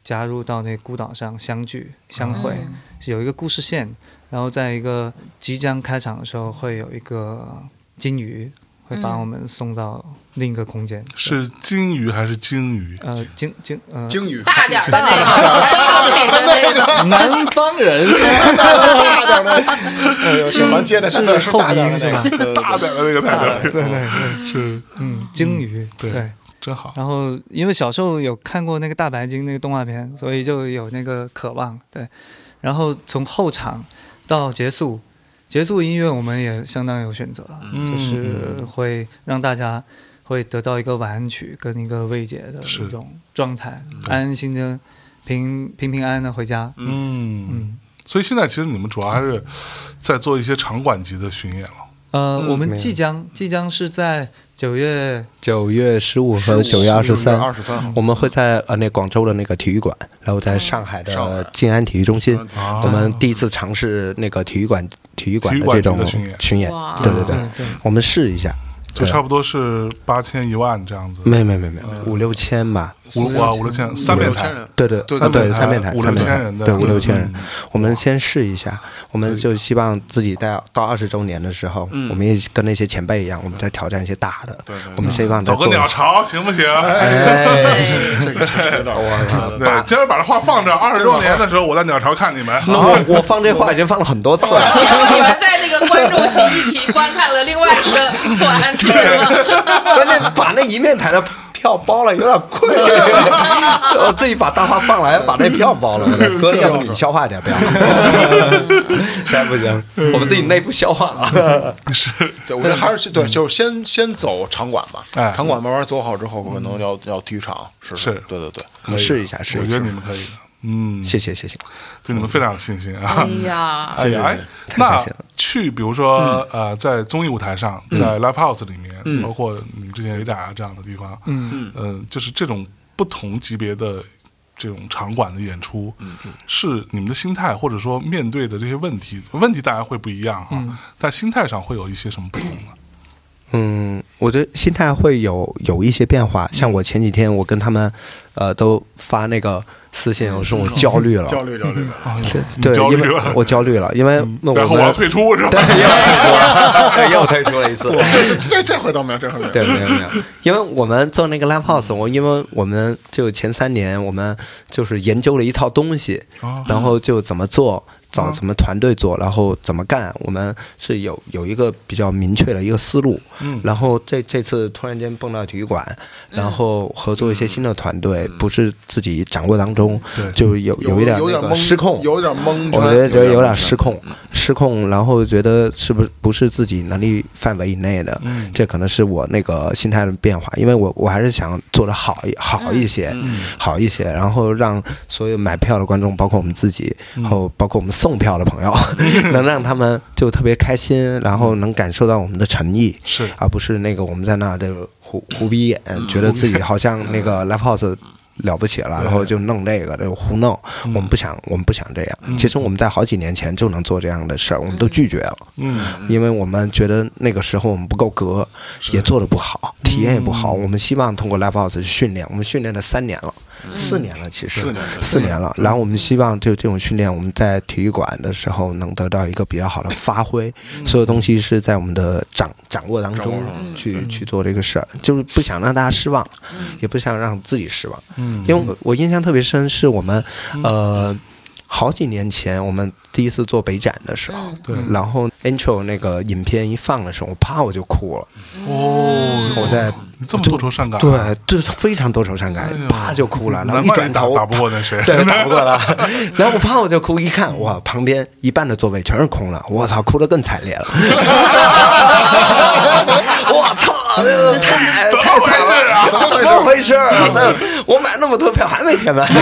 Speaker 1: 加入到那孤岛上相聚相会，是有一个故事线，然后在一个即将开场的时候会有一个金鱼会把我们送到另一个空间，
Speaker 2: 是金鱼还是鲸鱼？
Speaker 1: 呃鲸鲸呃
Speaker 3: 鲸鱼
Speaker 4: 大点儿的那个，大点的那个，
Speaker 1: 南方人
Speaker 3: 大点的，哎呦，行，完接着
Speaker 1: 是
Speaker 3: 对
Speaker 1: 后
Speaker 3: 大点
Speaker 1: 鼻音
Speaker 3: 的
Speaker 1: 是
Speaker 3: 那
Speaker 1: 吧
Speaker 3: 个？对对哎对
Speaker 2: 大胆的那个太太
Speaker 1: 对对对，
Speaker 2: 是
Speaker 1: 嗯鲸鱼
Speaker 2: 对
Speaker 1: 对。
Speaker 2: 真好。
Speaker 1: 然后因为小时候有看过那个大白鲸那个动画片，所以就有那个渴望对。然后从后场到结束，结束音乐我们也相当有选择，啊
Speaker 2: 嗯
Speaker 1: 就是会让大家会得到一个晚安曲跟一个慰藉的
Speaker 2: 是
Speaker 1: 一种状态，安安心的平平平安安的回家。
Speaker 2: 嗯，所以现在其实你们主要还是在做一些场馆级的巡演了。
Speaker 1: 呃，我
Speaker 5: 嗯没
Speaker 1: 们
Speaker 5: 有
Speaker 1: 即将即将是在九月
Speaker 5: 九月十五和九月二十三，
Speaker 3: 二十三号，
Speaker 5: 我们会在呃那广州的那个体育馆，然后在上海的静安体育中心，
Speaker 2: 啊
Speaker 5: 我们第一次尝试那个体育馆体育馆的这
Speaker 2: 体育
Speaker 5: 种
Speaker 2: 馆级的巡演
Speaker 5: 巡演
Speaker 4: 哇，
Speaker 5: 对对对，
Speaker 2: 嗯
Speaker 1: 嗯
Speaker 5: 我们试一下，
Speaker 2: 就差不
Speaker 5: 不
Speaker 2: 多是八千一万这样子，
Speaker 5: 没没没没五六千吧，
Speaker 2: 五哇嗯五六千三面
Speaker 3: 五六
Speaker 2: 台
Speaker 3: 千，人
Speaker 5: 对对
Speaker 2: 对
Speaker 5: 啊
Speaker 2: 对
Speaker 5: 对，三面台
Speaker 2: 五
Speaker 5: 三
Speaker 2: 六
Speaker 5: 面
Speaker 2: 千
Speaker 5: 台
Speaker 2: 人的
Speaker 5: 对
Speaker 2: 样
Speaker 5: 五
Speaker 2: 子
Speaker 5: 六千人
Speaker 2: 嗯，
Speaker 5: 我们先试一下，我们就希望自己到到二十周年的时候，
Speaker 2: 嗯
Speaker 5: 我们也跟那些前辈一样，我们再挑战一些大的
Speaker 3: 对对对，
Speaker 5: 我们希望再
Speaker 2: 走个
Speaker 5: 做
Speaker 2: 鸟巢行不行？
Speaker 5: 哎，
Speaker 3: 这个确实有点儿
Speaker 2: 对，今儿把这话放这儿，二十周年的时候我在鸟巢看你们。
Speaker 5: 那我我放这话已经放了很多次 了。
Speaker 4: 结 果你们在那个观众席一起观看了另外一个团，是吗？
Speaker 5: 关键把那一面台的票包了有点贵， 我自己把大话放来，把那票包了。哥， 要
Speaker 2: 啊
Speaker 5: 不你消化点，不要，实在不行，我们自己内部消化啊。
Speaker 3: 对，我觉得还是对，就是先先走场馆吧，
Speaker 2: 哎
Speaker 3: 场馆慢慢走好之后，可能要要体育场，是
Speaker 2: 是
Speaker 3: 对对对，
Speaker 5: 我们 试一下，试
Speaker 2: 我
Speaker 5: 一
Speaker 2: 觉
Speaker 5: 下
Speaker 2: 得，你们可以的，嗯，
Speaker 5: 谢谢谢谢。
Speaker 2: 对你们非常有信心啊
Speaker 4: 哎。呀，
Speaker 2: 哎呀，哎
Speaker 5: 太开
Speaker 2: 那
Speaker 5: 心了嗯
Speaker 2: 去比如说呃，在综艺舞台上，在 live house 里面，包括你们之前 A 甲啊这样的地方，嗯嗯，就是这种不同级别的这种场馆的演出，
Speaker 5: 嗯
Speaker 2: 是你们的心态或者说面对的这些问题，问题当然会不一样哈，但心态上会有一些什么不同呢？
Speaker 5: 嗯，我觉得心态会有有一些变化。像我前几天，我跟他们，呃，都发那个私信，我说我焦虑了，
Speaker 3: 焦虑焦虑，
Speaker 2: 你
Speaker 5: 对，
Speaker 2: 焦虑
Speaker 5: 因为
Speaker 2: 了，嗯
Speaker 5: 我焦虑了，因为那我
Speaker 2: 然后我
Speaker 5: 们
Speaker 2: 要 退出是吧？
Speaker 5: 对，又退出了一次。
Speaker 3: 哦这这这这回倒没有，这回没有，
Speaker 5: 对，没有没有，因为我们做那个 live house，我因为我们就前三年我们就是研究了一套东西，
Speaker 2: 哦
Speaker 5: 然后就怎么做，
Speaker 3: 哦
Speaker 5: 找什么团队做，然后怎么干，我们是有有一个比较明确的一个思路。
Speaker 2: 嗯
Speaker 5: 然后这这次突然间蹦到体育馆，
Speaker 3: 嗯
Speaker 5: 然后合作一些新的团队，不是自己掌握当中，
Speaker 2: 对
Speaker 5: 就有
Speaker 3: 有
Speaker 5: 一点
Speaker 3: 有
Speaker 5: 那
Speaker 3: 点
Speaker 5: 个
Speaker 3: 蒙
Speaker 5: 失控，
Speaker 3: 有点蒙圈，
Speaker 5: 我觉得觉得有点嗯
Speaker 3: 蒙
Speaker 5: 失控，失控，然后觉得是不是不是自己能力范围以内的，
Speaker 2: 嗯
Speaker 5: 这可能是我那个心态的变化，因为我我还是想做的好一好一些，好一些，然后让所有买票的观众，包括我们自己，然后包括我们送票的 朋友，能让他们就特别开心，然后能感受到我们的诚意，
Speaker 2: 是
Speaker 5: 而不是那个我们在那的胡胡逼演，
Speaker 3: 嗯
Speaker 5: 觉得自己好像那个 live house 了不起了，然后就弄这个，就胡弄。
Speaker 3: 嗯
Speaker 5: 我们不想，我们不想这样。其实我们在好几年前就能做这样的事儿，我们都拒绝了，
Speaker 2: 嗯，
Speaker 5: 因为我们觉得那个时候我们不够格，也做的不好，
Speaker 3: 嗯
Speaker 5: 体验也不好。我们希望通过 live house 去训练，我们训练了三年了。四年了，其
Speaker 3: 嗯
Speaker 5: 实
Speaker 3: 四年了
Speaker 5: 四年了。然后我们
Speaker 2: 嗯
Speaker 5: 希望就这种训练，我们在体育馆的时候能得到一个比较好的发挥，
Speaker 2: 嗯
Speaker 5: 所有东西是在我们的掌掌握当
Speaker 3: 掌握
Speaker 5: 中
Speaker 3: 当中
Speaker 2: 嗯
Speaker 5: 去去做这个事儿，就是不想让大家失望，也不想让自己失望。
Speaker 2: 嗯，
Speaker 5: 因为我我印象特别深，是我们呃好几年前我们第一次做北展的时候，
Speaker 2: 嗯对
Speaker 5: 然后 intro 那个影片一放的时候，我啪我就哭了，
Speaker 2: 哦，
Speaker 5: 我在。
Speaker 2: 你这么多愁善感，
Speaker 5: 对，就是非常多愁善感
Speaker 2: 哎呦，
Speaker 5: 啪就哭了，然后
Speaker 2: 难
Speaker 5: 一
Speaker 2: 怪
Speaker 5: 转
Speaker 2: 你打
Speaker 5: 头
Speaker 2: 打不过那谁，
Speaker 5: 对，打不过了。 然后我啪我就哭，一看哇，旁边一半的座位全是空了，我操，哭得更惨烈了。 我操，这个太
Speaker 2: 怎么
Speaker 5: 太惨
Speaker 2: 回事啊
Speaker 5: 了，怎么回事啊？那我买那么多票还没填满，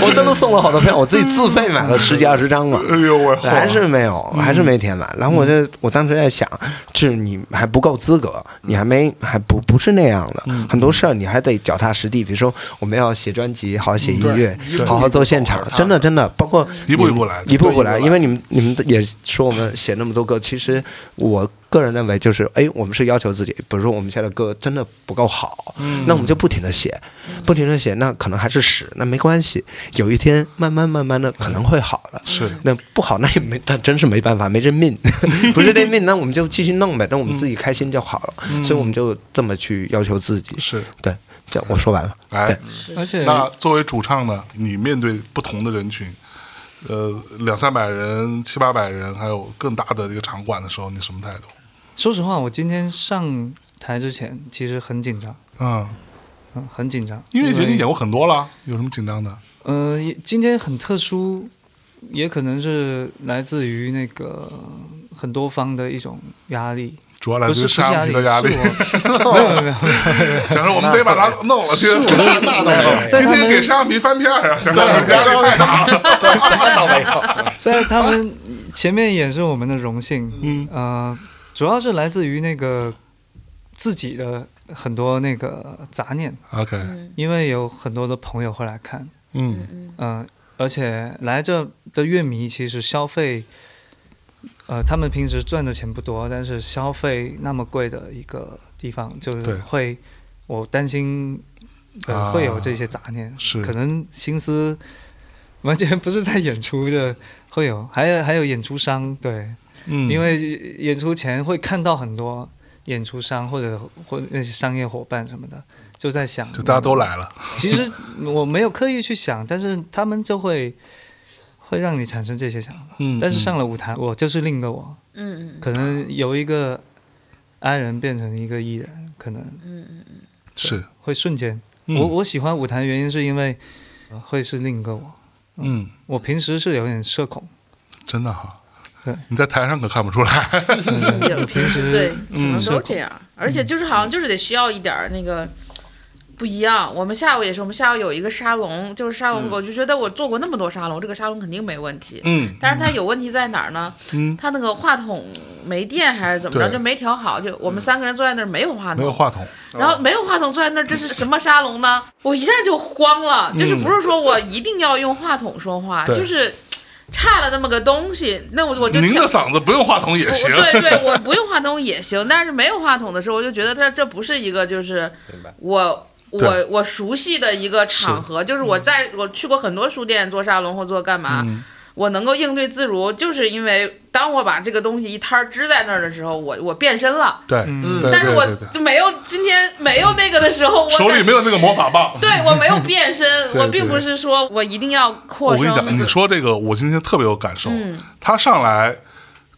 Speaker 5: 我真的送了好多票，我自己自费买了十几二十张嘛。
Speaker 2: 哎呦喂，嗯
Speaker 5: 还是没有，还是没填满。然后我就我当时在想，就是你还不够资格，
Speaker 2: 嗯
Speaker 5: 你还没还不不是那样的，很多事儿你还得脚踏实地。比如说，我们要写专辑，好好
Speaker 2: 嗯
Speaker 5: 写音乐
Speaker 3: 对一，步
Speaker 5: 好好做现
Speaker 3: 一
Speaker 5: 场
Speaker 3: 步，走
Speaker 5: 真的真的，包括
Speaker 2: 一步一
Speaker 5: 你们
Speaker 2: 步来
Speaker 5: 一步一步来。
Speaker 3: 对一步一步来
Speaker 5: 因为你们你们也说我们写那么多歌，其实我个人认为就是，哎，我们是要求自己，比如说我们现在的歌真的不够好，
Speaker 2: 嗯
Speaker 5: 那我们就不停的写，不停的写，那可能还是屎，那没关系，有一天慢慢慢慢的可能会好的。
Speaker 2: 是
Speaker 5: 那不好，那也没，但真是没办法，没这命， 不是这命，那我们就继续弄呗，那我们自己开心就好了。所以我们就这么去要求自己。
Speaker 2: 嗯是
Speaker 5: 对，这样我说完了。
Speaker 2: 来
Speaker 5: 对，
Speaker 1: 而且
Speaker 2: 那作为主唱呢，你面对不同的人群，呃，两三百人、七八百人，还有更大的一个场馆的时候，你什么态度？
Speaker 1: 说实话，我今天上台之前其实很紧张，
Speaker 2: 嗯，
Speaker 1: 嗯，很紧张，
Speaker 2: 因为已经演过很多了，有什么紧张的？
Speaker 1: 呃，也今天很特殊，也可能是来自于那个很多方的一种压力，
Speaker 2: 主要来
Speaker 1: 不是
Speaker 2: 自
Speaker 1: 不是
Speaker 2: 沙
Speaker 1: 压
Speaker 2: 皮
Speaker 1: 力，
Speaker 2: 的压力，
Speaker 1: 是我没有没有没有，
Speaker 2: 想着我们得把它弄了去。
Speaker 3: 那倒没
Speaker 1: 在
Speaker 2: 今
Speaker 1: 他们
Speaker 2: 天给沙皮翻篇儿啊！想着我们压力太大了。
Speaker 3: 那倒没有。
Speaker 1: 在他们前面也是我们的荣幸，嗯呃，主要是来自于那个自己的很多那个杂念，
Speaker 2: OK，
Speaker 1: 因为有很多的朋友会来看，
Speaker 2: 嗯，
Speaker 1: 嗯，而且来这的乐迷其实消费，呃，他们平时赚的钱不多，但是消费那么贵的一个地方，就
Speaker 2: 对
Speaker 1: 是会，我担心、呃
Speaker 2: 啊
Speaker 1: 会有这些杂念，
Speaker 2: 是
Speaker 1: 可能心思完全不是在演出的，会有，还有还有演出商，对，
Speaker 2: 嗯
Speaker 1: 因为演出前会看到很多演出商或者或者那些商业伙伴什么的，就在想，
Speaker 2: 就大家都来了，
Speaker 1: 其实我没有刻意去想，但是他们就会会让你产生这些想法。
Speaker 2: 嗯
Speaker 1: 但是上了舞台，我就是另一个我，
Speaker 4: 嗯
Speaker 1: 可能由一个 I 人变成一个 E 人，可能
Speaker 2: 是，
Speaker 1: 会瞬间。
Speaker 2: 嗯
Speaker 1: 我我喜欢舞台的原因是因为呃会是另一个我。
Speaker 2: 嗯，
Speaker 1: 我平时是有点社恐，
Speaker 2: 真的哈
Speaker 1: 对。
Speaker 2: 你在台上可看不出来，
Speaker 4: 嗯，有
Speaker 1: 平时
Speaker 4: 对，可能都这样，而且就是好像就是得需要一点儿那个。不一样，我们下午也是，我们下午有一个沙龙，就是沙龙，我就觉得我做过那么多沙龙，这个沙龙肯定没问题。
Speaker 2: 嗯，
Speaker 4: 但是它有问题在哪儿呢？
Speaker 2: 嗯，
Speaker 4: 它那个话筒没电还是怎么着，
Speaker 2: 对
Speaker 4: 就没调好。就我们三个人坐在那儿没有话筒，
Speaker 2: 没有话筒，
Speaker 4: 然后没有话筒坐在那儿，这是什么沙龙 呢？我一下就慌了，就是不是说我一定要用话筒说话，
Speaker 2: 嗯对
Speaker 4: 就是差了那么个东西，那我我就
Speaker 2: 您
Speaker 4: 跳
Speaker 2: 的嗓子不用话筒也行
Speaker 4: 我，对对，我不用话筒也行， 但是没有话筒的时候，我就觉得这这不是一个就是我。我
Speaker 2: 对
Speaker 4: 我熟悉的一个场合，就是我在我去过很多书店做沙龙或做干嘛，
Speaker 2: 嗯
Speaker 4: 我能够应对自如，就是因为当我把这个东西一摊儿支在那儿的时候，我我变身了，
Speaker 2: 对，对
Speaker 4: 但是
Speaker 2: 呃对
Speaker 4: 我
Speaker 2: 对对
Speaker 4: 就没有今天没有那个的时候，我
Speaker 2: 手里
Speaker 4: 感
Speaker 2: 没有那个魔法棒。
Speaker 4: 对我没有变 身，
Speaker 2: 对
Speaker 4: 我并
Speaker 2: 对
Speaker 4: 不是说我一定要扩
Speaker 2: 我跟
Speaker 4: 声
Speaker 2: 你讲，
Speaker 4: 那
Speaker 2: 你
Speaker 4: 个，
Speaker 2: 说这个，我今天特别有感受。
Speaker 4: 嗯
Speaker 2: 他上来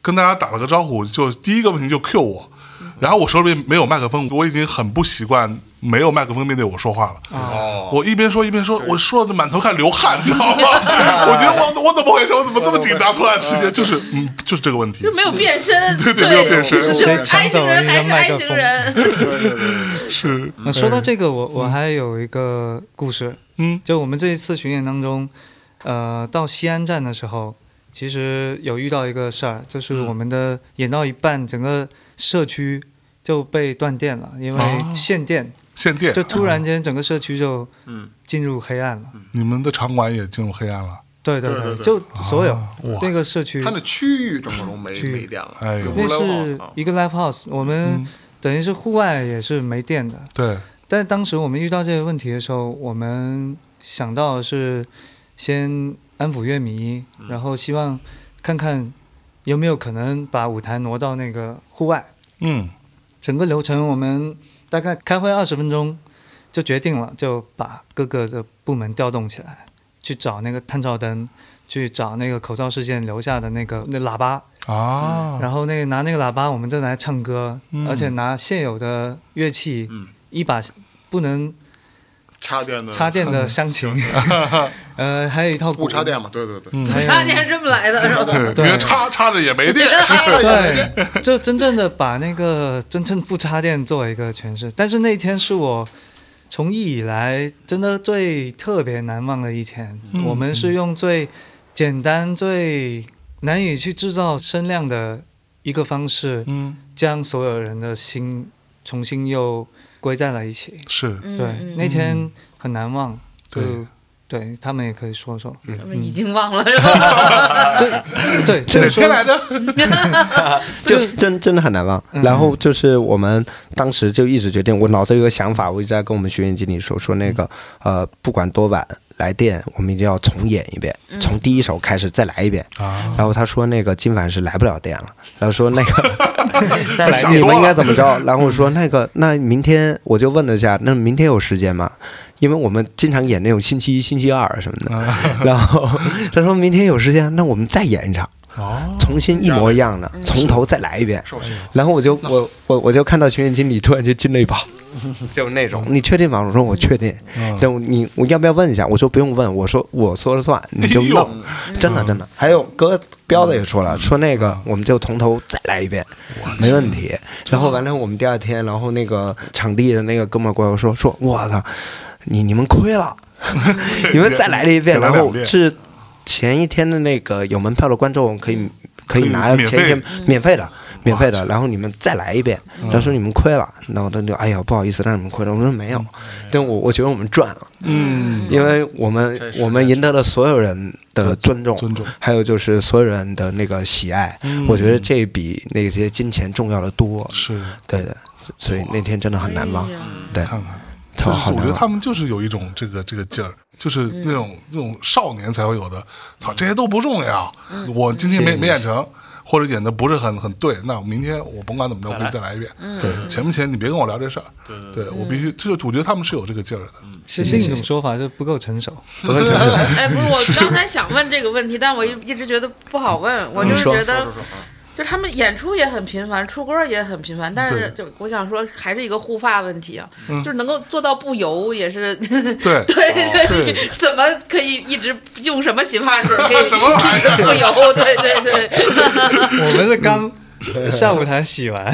Speaker 2: 跟大家打了个招呼，就第一个问题就 Q 我，
Speaker 4: 嗯
Speaker 2: 然后我手里没有麦克风，我已经很不习惯没有麦克风面对我说话了。
Speaker 3: 哦，
Speaker 2: 我一边说一边说，我说的满头汗流汗，你知道吗？ 我觉得我我怎么回事？我怎么这么紧张？突然之间就是嗯，就是这个问题
Speaker 4: 就，没有变身，
Speaker 2: 对
Speaker 4: 对
Speaker 2: 对没有变身
Speaker 4: 就是
Speaker 1: 谁抢
Speaker 4: I
Speaker 1: 走
Speaker 4: 型人
Speaker 1: 了
Speaker 4: 还
Speaker 1: 一
Speaker 4: 是
Speaker 1: 个麦
Speaker 4: I
Speaker 1: 克
Speaker 4: 型
Speaker 1: 风
Speaker 4: 人。
Speaker 3: 对对 对，
Speaker 2: 是
Speaker 1: 那说到这个，我我还有一个故事，
Speaker 2: 嗯，
Speaker 1: 就我们这一次巡演当中，呃，到西安站的时候，其实有遇到一个事儿，就是
Speaker 3: 嗯
Speaker 1: 我们的演到一半，整个社区就被断电了，因为
Speaker 2: 哦
Speaker 3: 啊
Speaker 1: 限电，
Speaker 2: 限电
Speaker 1: 就。突然间整个社区就
Speaker 3: 嗯
Speaker 1: 进入黑暗了。
Speaker 2: 你们的场馆也进入黑暗了，
Speaker 1: 对对
Speaker 3: 对对对
Speaker 1: 就所有
Speaker 2: 啊哇
Speaker 1: 那个社区
Speaker 3: 他，那区域整个都没
Speaker 1: 区域
Speaker 3: 没电了，
Speaker 2: 哎呦
Speaker 3: 就不
Speaker 1: 那
Speaker 3: 来往
Speaker 1: 是
Speaker 3: 了嗯
Speaker 1: 一个 live house，我们
Speaker 2: 嗯
Speaker 1: 等于是户外也是没电的，
Speaker 2: 对，
Speaker 1: 但当时我们遇到这些问题的时候，我们想到的是先安抚乐迷，然后希望看看有没有可能把舞台挪到那个户外。
Speaker 2: 嗯
Speaker 1: 整个流程我们大概开会二十分钟就决定了，就把各个的部门调动起来，去找那个探照灯，去找那个口罩事件留下的那个那喇叭，
Speaker 2: 啊，
Speaker 1: 然后那个拿那个喇叭，我们就来唱歌，
Speaker 2: 嗯
Speaker 1: 而且拿现有的乐器，
Speaker 3: 嗯
Speaker 1: 一把不能
Speaker 3: 插电的
Speaker 1: 插电的乡情，呃，还有一套鼓
Speaker 3: 不插，电嘛？对对对，
Speaker 1: 还有
Speaker 4: 插电是这么来的，是吧？
Speaker 2: 对，
Speaker 1: 对
Speaker 2: 别插插着也没电，
Speaker 1: 对，就真正的把那个真正不插电作为一个诠释。但是那一天是我从艺以来真的最特别难忘的一天。
Speaker 2: 嗯
Speaker 1: 我们是用最简单、最难以去制造声量的一个方式，
Speaker 2: 嗯，
Speaker 1: 将所有人的心重新又归在了一起。
Speaker 2: 是
Speaker 4: 嗯
Speaker 1: 对，
Speaker 4: 嗯
Speaker 1: 那天很难忘。
Speaker 2: 对
Speaker 1: 就，对他们也可以说说。
Speaker 4: 已经忘了是吧？
Speaker 1: 这对，就
Speaker 2: 哪
Speaker 1: 是说
Speaker 2: 天来着？
Speaker 1: 就
Speaker 5: 就是真真的很难忘。
Speaker 1: 嗯
Speaker 5: 然后就是我们当时就一直决定，我脑子有个想法，我一直在跟我们学员经理说，说那个呃，不管多晚来电，我们一定要重演一遍，从第一首开始再来一遍。
Speaker 2: 啊，
Speaker 5: 然后他说那个金凡是来不了电了，然后说那个 再
Speaker 2: 想
Speaker 5: 来你
Speaker 2: 多
Speaker 5: 们
Speaker 2: 了
Speaker 5: 应该怎么着？然后我说那个那明天我就问了一下，那明天有时间吗？因为我们经常演那种星期一、星期二什么的，然后他说明天有时间，那我们再演一场，
Speaker 2: 哦，
Speaker 5: 重新一模一样的，从头再来一遍。
Speaker 3: 受气。
Speaker 5: 然后我就我我我就看到群演经理突然就进了一把， 就那种，你确定吗？我说我确定。
Speaker 2: 嗯
Speaker 5: 但我你我要不要问一下？我说不用问，我说我说了算，你就弄，真的真的。还有哥彪子也说了，说那个我们就从头再来一遍，没问题。然后完了，我们第二天，然后那个场地的那个哥们儿过来说说，我操，你你们亏 了，你们再来了一
Speaker 2: 再来
Speaker 5: 遍，然
Speaker 2: 两
Speaker 5: 后
Speaker 2: 遍
Speaker 5: 是前一天的那个有门票的观众可以
Speaker 2: 可
Speaker 5: 可以
Speaker 2: 以
Speaker 5: 拿
Speaker 2: 免
Speaker 5: 前一天
Speaker 2: 费嗯
Speaker 5: 免费的。免费的，然后你们再来一遍，然后说你们亏了，然后他就哎呀不好意思让你们亏了，我说没有，但我我觉得我们赚了，
Speaker 2: 嗯，
Speaker 5: 因为我们
Speaker 3: 这是
Speaker 5: 我们赢得了所有人的尊重，
Speaker 2: 尊重嗯
Speaker 5: 还有就是所有人的那个喜爱，我觉得这比那些金钱重要的多。
Speaker 2: 是
Speaker 5: 对的，所以那天真的很难忘
Speaker 4: 哎呀，
Speaker 5: 对，
Speaker 2: 看看，
Speaker 5: 超
Speaker 2: 就是
Speaker 5: 好
Speaker 2: 我
Speaker 5: 难
Speaker 2: 觉得他
Speaker 5: 忘。
Speaker 2: 们就是有一种这个这个劲儿，就是那种那种少年才会有的。操，这些都不重要，我今天没没演成。或者演的不是很很对，那我明天我甭管怎么着，我必须再来一遍。对，钱不钱你别跟我聊这事儿。对，我必须，就是我觉得他们是有这个劲儿的。
Speaker 1: 是另一种说法，就不够成 熟。
Speaker 4: 哎，不是，我刚才想问这个问题，但我一一直觉得不好问。
Speaker 1: 嗯
Speaker 4: 我就是觉得，就是他们演出也很频繁，出歌也很频繁，但是就我想说，还是一个护发问题啊，就是能够做到不油也是。
Speaker 2: 对，
Speaker 4: 对
Speaker 2: 对
Speaker 4: 对， 怎么可以一直用什么洗发水可以
Speaker 2: 什么玩意儿
Speaker 4: 不油？对对对，
Speaker 1: 我们是刚下舞台洗完，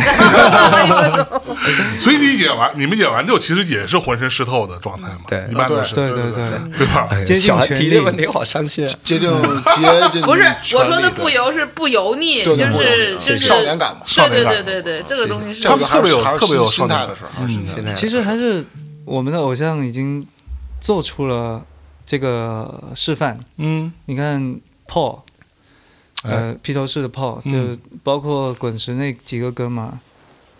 Speaker 2: 所以你演完，你们演完之后，其实也是浑身湿透的状态嘛。
Speaker 5: 对
Speaker 2: 一般都是，
Speaker 1: 对
Speaker 2: 对
Speaker 1: 对对，
Speaker 2: 吧？
Speaker 1: 接近
Speaker 5: 小孩
Speaker 1: 权
Speaker 5: 提
Speaker 1: 力
Speaker 5: 这问题好伤心啊。
Speaker 3: 接近接近
Speaker 4: 不是
Speaker 3: 权
Speaker 4: 我说
Speaker 3: 力
Speaker 4: 的
Speaker 3: 的
Speaker 4: 不油是不油腻，就
Speaker 3: 对对不油
Speaker 4: 是
Speaker 3: 腻啊
Speaker 4: 就是嗯
Speaker 3: 少年感嘛
Speaker 2: 少
Speaker 4: 对
Speaker 2: 年
Speaker 4: 对
Speaker 2: 感
Speaker 4: 对对对，这个东西是
Speaker 2: 他们特别有
Speaker 3: 还是
Speaker 2: 特别有少年
Speaker 3: 心心态
Speaker 2: 感嗯
Speaker 3: 的事儿，还是心态的事儿。
Speaker 5: 现
Speaker 1: 其
Speaker 5: 在
Speaker 1: 实还是我们的偶像已经做出了这个示范。
Speaker 2: 嗯，
Speaker 1: 你看 Paul，呃，披头士的 Paul，
Speaker 2: 嗯
Speaker 1: 就包括滚石那几个哥嘛，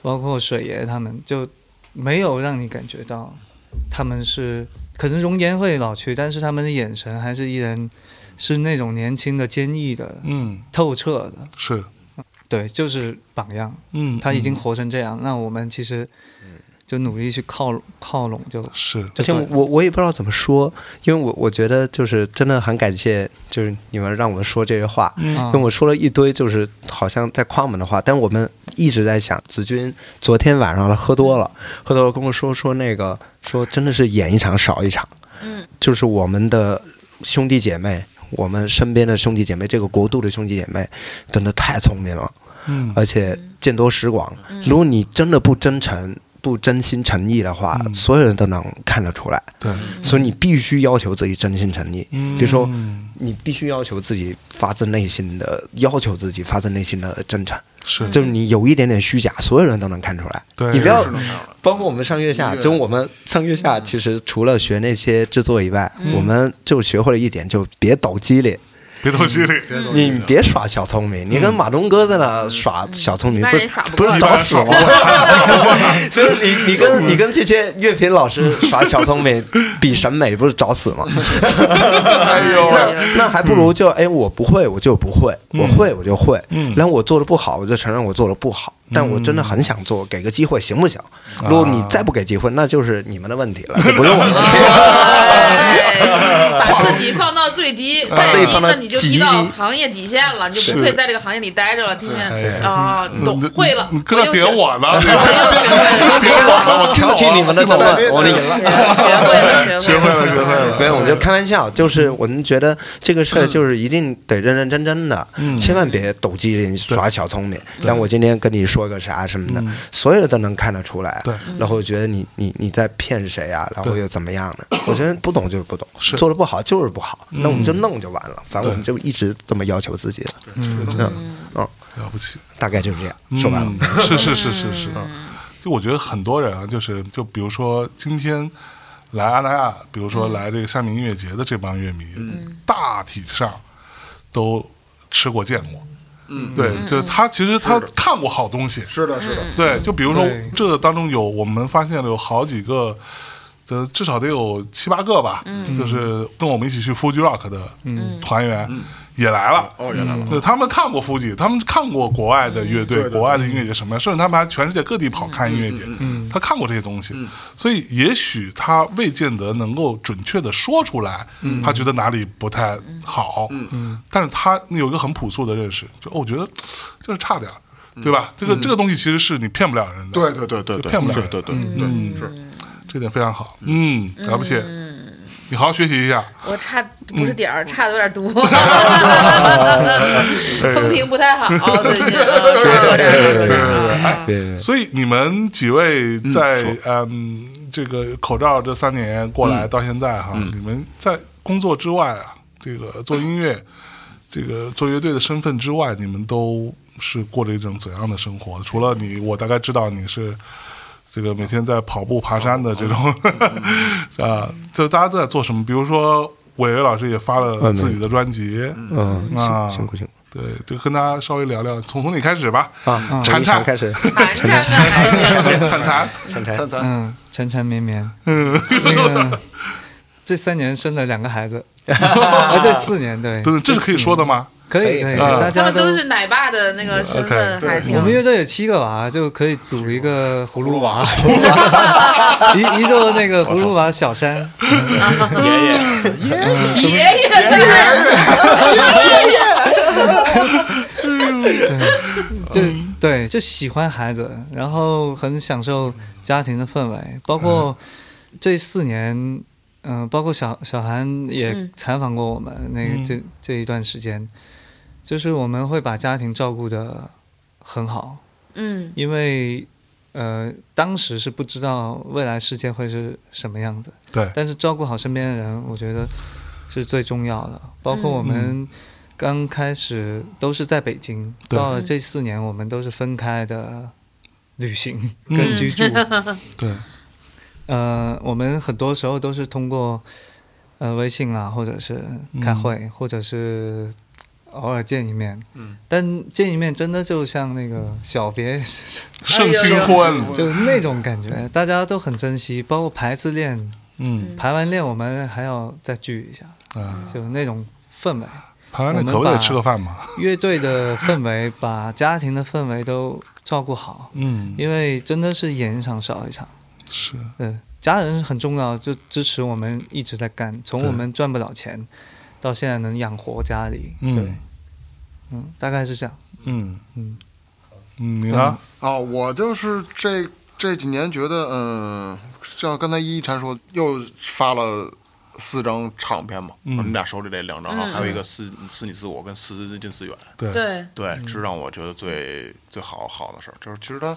Speaker 1: 包括水爷他们，就没有让你感觉到他们是可能容颜会老去，但是他们的眼神还是依然是那种年轻的、坚毅的、
Speaker 2: 嗯，
Speaker 1: 透彻的。
Speaker 2: 是，
Speaker 1: 对，就是榜样。
Speaker 2: 嗯，
Speaker 1: 他已经
Speaker 2: 嗯
Speaker 1: 活成这样，那我们其实就努力去靠靠拢就。
Speaker 2: 是
Speaker 5: 而且
Speaker 1: 对
Speaker 5: 我我也不知道怎么说，因为我我觉得就是真的很感谢，就是你们让我们说这些话，
Speaker 1: 啊
Speaker 2: 嗯
Speaker 5: 因为我说了一堆，就是好像在夸我们的话，但我们一直在想，子君昨天晚上喝多了，喝多了跟我说说那个，说真的是演一场少一场，
Speaker 4: 嗯，
Speaker 5: 就是我们的兄弟姐妹，我们身边的兄弟姐妹，这个国度的兄弟姐妹，真的太聪明了，
Speaker 2: 嗯，
Speaker 5: 而且见多识广。如果你真的不真诚、不真心诚意的话，
Speaker 2: 嗯
Speaker 5: 所有人都能看得出来。
Speaker 2: 对，
Speaker 5: 所以你必须要求自己真心诚意，
Speaker 2: 嗯
Speaker 5: 比如说你必须要求自己发自内心的要求自己发自内心的真诚，
Speaker 2: 是
Speaker 5: 就是你有一点点虚假，所有人都能看出来。
Speaker 2: 对
Speaker 5: 你不要
Speaker 3: 是能看出来
Speaker 5: 包括我们上月下，
Speaker 3: 音乐嗯
Speaker 5: 就是我们上月下，其实除了学那些制作以外，我们就学会了一点，就别抖机灵。
Speaker 2: 别偷心里，
Speaker 3: 嗯
Speaker 5: 你别耍小聪明，你跟马东哥在那耍小聪明，
Speaker 4: 一般
Speaker 5: 不
Speaker 4: 人
Speaker 5: 是
Speaker 4: 耍不
Speaker 5: 不
Speaker 4: 过来
Speaker 5: 是找死吗？ 就是你你跟你跟这些乐评老师耍小聪明，比审美不是找死吗？
Speaker 4: 哎呦
Speaker 5: 那那还不如就哎，我不会我就不会，我会我就会，然后我做的不好，我就承认我做的不好。但我真的很想做，给个机会行不行？如果你再不给机会，那就是你们的问题了，啊 就不是我的问题。
Speaker 4: 哎把自己放到最低，再
Speaker 5: 自己
Speaker 4: 低
Speaker 5: 放到
Speaker 4: 那你就
Speaker 5: 极
Speaker 4: 低到
Speaker 5: 低
Speaker 4: 行业底线了，你就不
Speaker 2: 是
Speaker 4: 配在这个行业里待着了。听
Speaker 2: 对嗯
Speaker 4: 见啊，懂
Speaker 2: 你
Speaker 4: 会了，
Speaker 2: 你
Speaker 4: 不
Speaker 2: 哥
Speaker 4: 用
Speaker 2: 点
Speaker 4: 学
Speaker 2: 我呢，你
Speaker 5: 别
Speaker 2: 了我听懂
Speaker 5: 挑
Speaker 2: 了
Speaker 5: 起你 们的争论，我理解了。
Speaker 4: 学会了，
Speaker 2: 学会了，学
Speaker 4: 会
Speaker 2: 会 了，
Speaker 5: 没有，我哎就开玩笑，就是我们觉得这个事儿就是一定得认认真真的，
Speaker 2: 嗯
Speaker 5: 千万别抖机灵耍小聪明。但我今天跟你说个啥什么的，所有的都能看得出来。
Speaker 2: 嗯对，
Speaker 5: 然后我觉得你你你在骗谁啊？然后
Speaker 2: 对
Speaker 5: 又怎么样呢？我觉得不懂就是不懂
Speaker 2: 是，嗯
Speaker 5: 做的不好就是不好，那我们就弄就完了。反正我们
Speaker 2: 对
Speaker 5: 就一直这么要求自己的，嗯嗯，
Speaker 2: 了不起，
Speaker 5: 大概就是这样。说完了，
Speaker 2: 嗯，是是是是是，就我觉得很多人啊，就是就比如说今天来阿那亚，比如说来这个夏明音乐节的这帮乐迷，大体上都吃过见过，嗯，对，就是他其实他看过好东西，
Speaker 3: 是的，是
Speaker 4: 嗯
Speaker 3: 的，
Speaker 2: 对，就比如说
Speaker 1: 对
Speaker 2: 这当中有我们发现了有好几个，这至少得有七八个吧，
Speaker 3: 嗯
Speaker 2: 就是跟我们一起去 Fuji Rock 的团员也来了。
Speaker 3: 嗯哦，原来了，嗯
Speaker 2: 对他们看过 Fuji，他们看过国外的乐队、
Speaker 3: 对对
Speaker 2: 国外的音乐节什么样，甚至他们还全世界各地跑看音乐节，他看过这些东西，所以也许他未见得能够准确的说出来，他觉得哪里不太好，但是他有一个很朴素的认识，就哦我觉得就是差点儿。对吧？这个这个东西其实是你骗不了人的，
Speaker 3: 对对对对对，
Speaker 2: 骗不了
Speaker 3: 对
Speaker 2: 人
Speaker 3: 对对
Speaker 2: 嗯
Speaker 3: 对，是
Speaker 2: 这点非常好。嗯，了不起，你好好学习一下。
Speaker 4: 我差不是点儿，差的有点多，风评不太好，最近啊说点儿说点儿啊。
Speaker 5: 对对对
Speaker 2: 所以你们几位在
Speaker 3: 嗯
Speaker 2: 嗯这个口罩这三年过
Speaker 5: 嗯
Speaker 2: 来到现在哈，你们在工作之外啊，这个做音
Speaker 5: 嗯
Speaker 2: 乐，这个做乐队的身份之外，你们都是过着一种怎样的生活？除了你，我大概知道你是。这个每天在跑步、爬山
Speaker 5: 哦
Speaker 2: 的这种， 啊，就大家都在做什么？比如说，伟伟老师也发了
Speaker 5: 嗯
Speaker 2: 自己的专辑，
Speaker 5: 嗯，
Speaker 2: 啊
Speaker 5: 辛辛苦辛苦
Speaker 2: 对，就跟大家稍微聊聊，从从你开始吧，
Speaker 5: 啊！
Speaker 2: 馋
Speaker 5: 从一场
Speaker 2: 馋
Speaker 5: 开始，
Speaker 4: 寒碜的还 是
Speaker 2: 灿灿，
Speaker 5: 铲柴
Speaker 3: 参参
Speaker 1: 嗯，缠缠绵绵，那个这三年生了两个孩子，而这四年对，
Speaker 2: 对，这是可以说的吗？
Speaker 1: 可以
Speaker 5: 可
Speaker 1: 可
Speaker 5: 以
Speaker 1: 以，
Speaker 2: 啊
Speaker 1: 大
Speaker 4: 他
Speaker 1: 家
Speaker 4: 们都是奶爸的那个身份，还挺
Speaker 1: 我们乐队有七个娃，就可以组一个葫芦娃，一 一座那个葫芦娃小山，
Speaker 3: 爷爷，
Speaker 4: 爷爷的，
Speaker 1: 就对，就喜欢孩子，然后很享受家庭的氛围，包括这四年，嗯、包括小小韩也
Speaker 4: 嗯
Speaker 1: 采访过我们，那个
Speaker 2: 嗯
Speaker 1: 这这一段时间，就是我们会把家庭照顾的很好，
Speaker 4: 嗯
Speaker 1: 因为呃当时是不知道未来世界会是什么样子，
Speaker 2: 对，
Speaker 1: 但是照顾好身边的人，我觉得是最重要的。包括
Speaker 2: 嗯
Speaker 1: 我们刚开始都是在北京，
Speaker 2: 对
Speaker 1: 到了这四年，我们都是分开的旅行
Speaker 2: 嗯
Speaker 1: 跟居住。
Speaker 2: 对，
Speaker 1: 呃，我们很多时候都是通过呃微信啊，或者是
Speaker 2: 嗯
Speaker 1: 开会，或者是。偶尔见一面，
Speaker 3: 嗯，
Speaker 1: 但见一面真的就像那个小别，
Speaker 2: 圣心婚，
Speaker 1: 就那种感觉，大家都很珍惜。包括排次练，
Speaker 2: 嗯
Speaker 1: 排完练我们还要再聚一下，
Speaker 2: 啊，
Speaker 1: 就那种氛围，
Speaker 2: 排完了可不得吃个饭嘛？
Speaker 1: 乐队的氛围，把家庭的氛围都照顾好，
Speaker 2: 嗯，
Speaker 1: 因为真的是演一场少一场，
Speaker 2: 是，
Speaker 1: 嗯，家人很重要，就支持我们一直在干，从我们赚不了钱，到现在能养活家里，对
Speaker 2: 嗯，
Speaker 1: 嗯，大概是这样，
Speaker 2: 嗯嗯
Speaker 1: 嗯
Speaker 2: 嗯，你呢？
Speaker 3: 啊，我就是这这几年觉得，嗯，像刚才一一禅说，又发了四张唱片嘛，
Speaker 2: 嗯
Speaker 3: 我们俩手里这两张，
Speaker 4: 嗯
Speaker 3: 然后还有一个思思你思我跟思近思远，
Speaker 2: 对
Speaker 4: 对，
Speaker 3: 对，
Speaker 2: 嗯
Speaker 3: 这是让我觉得最最好好的事儿，就是其实它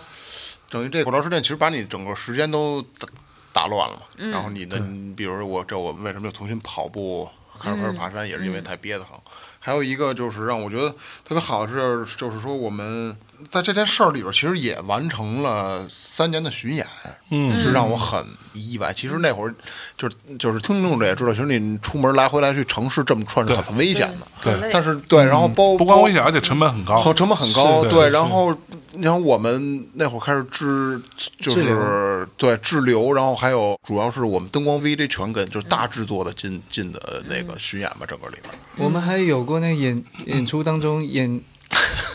Speaker 3: 等于这口罩事件，其实把你整个时间都打打乱了嘛。然后你的，你比如说我这我为什么又重新跑步，开始开始爬山，也是因为太憋得慌。还有一个就是让我觉得特别好的是，就是说我们在这件事儿里边，其实也完成了三年的巡演，
Speaker 2: 嗯
Speaker 3: 是让我很意外。其实那会儿就是就是听众者也知道，其实你出门来回来去城市这么串是很危险的。
Speaker 4: 对对
Speaker 3: 但是对，然后包
Speaker 2: 嗯不光危险，而且成本很高，
Speaker 3: 好，成本很高，
Speaker 2: 哦是
Speaker 3: 对。
Speaker 2: 是
Speaker 3: 然后，然后我们那会儿开始制，就
Speaker 1: 滞
Speaker 3: 是
Speaker 1: 留
Speaker 3: 对滞留，然后还有主要是我们灯光 VJ 全跟就是大制作的进进的那个巡演吧，整个里边。
Speaker 1: 我们还有过那个演演出当中演。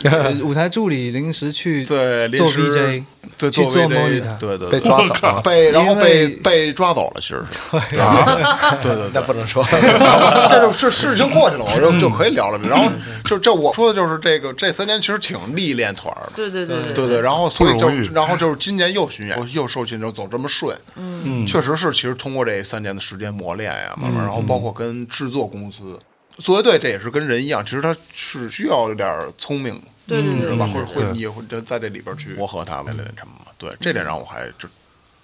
Speaker 1: 呃舞台助理临时去
Speaker 3: 对临
Speaker 1: 做
Speaker 3: 时
Speaker 1: VJ，
Speaker 3: 对，
Speaker 1: 去
Speaker 3: 做 VJ，
Speaker 1: monitor，
Speaker 3: 对对 对，
Speaker 5: 被抓走了，
Speaker 3: 被然后
Speaker 1: 因
Speaker 3: 被
Speaker 1: 为
Speaker 3: 被抓走了，其实是。啊 对对
Speaker 5: 那不能 说。
Speaker 3: 这就是事情过去了，我就就可以聊了。然后就这我说的就是这个，这三年其实挺历练团儿的。
Speaker 4: 对对对
Speaker 3: 对对，然后所以
Speaker 2: 不
Speaker 3: 就
Speaker 2: 容易
Speaker 3: 然后就是今年又巡演，又受尽，就走这么顺，嗯，确实是，其实通过这三年的时间磨练呀，慢慢，然后包括跟制作公司、作乐队，这也是跟人一样，其实他是需要有点聪明，
Speaker 4: 对对对
Speaker 3: 是吧？
Speaker 4: 对
Speaker 3: 会
Speaker 2: 对
Speaker 3: 会你也会在这里边去磨合他们，什么嘛？对，这点让我还就